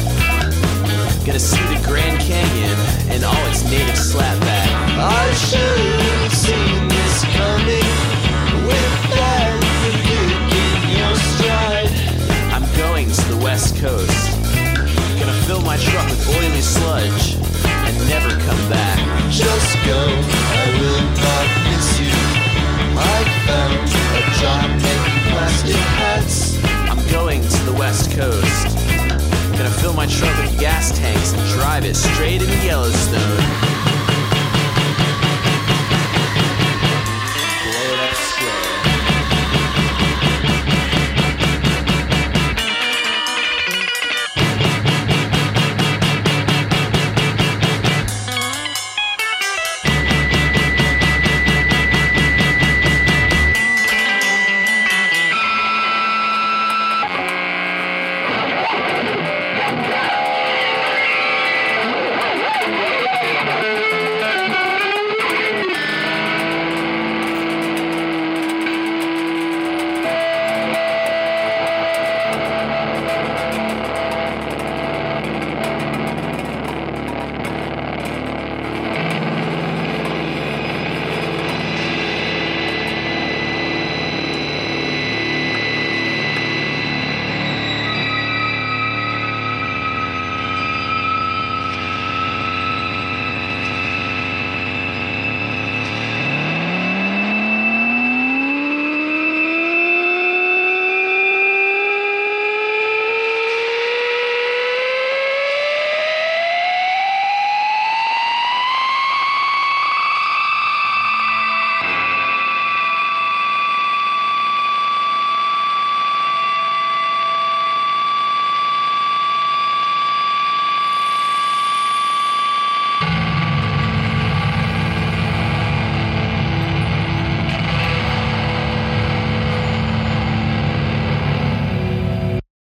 Speaker 7: Gonna see the Grand Canyon and all its native slapback. I should have seen this coming. With that look in your stride, I'm going to the West Coast. Gonna fill my truck with oily sludge and never come back. Just go, I will not miss you. I found a job making plastic hats. I'm going to the West Coast. Gonna fill my truck with gas tanks and drive it straight into Yellowstone.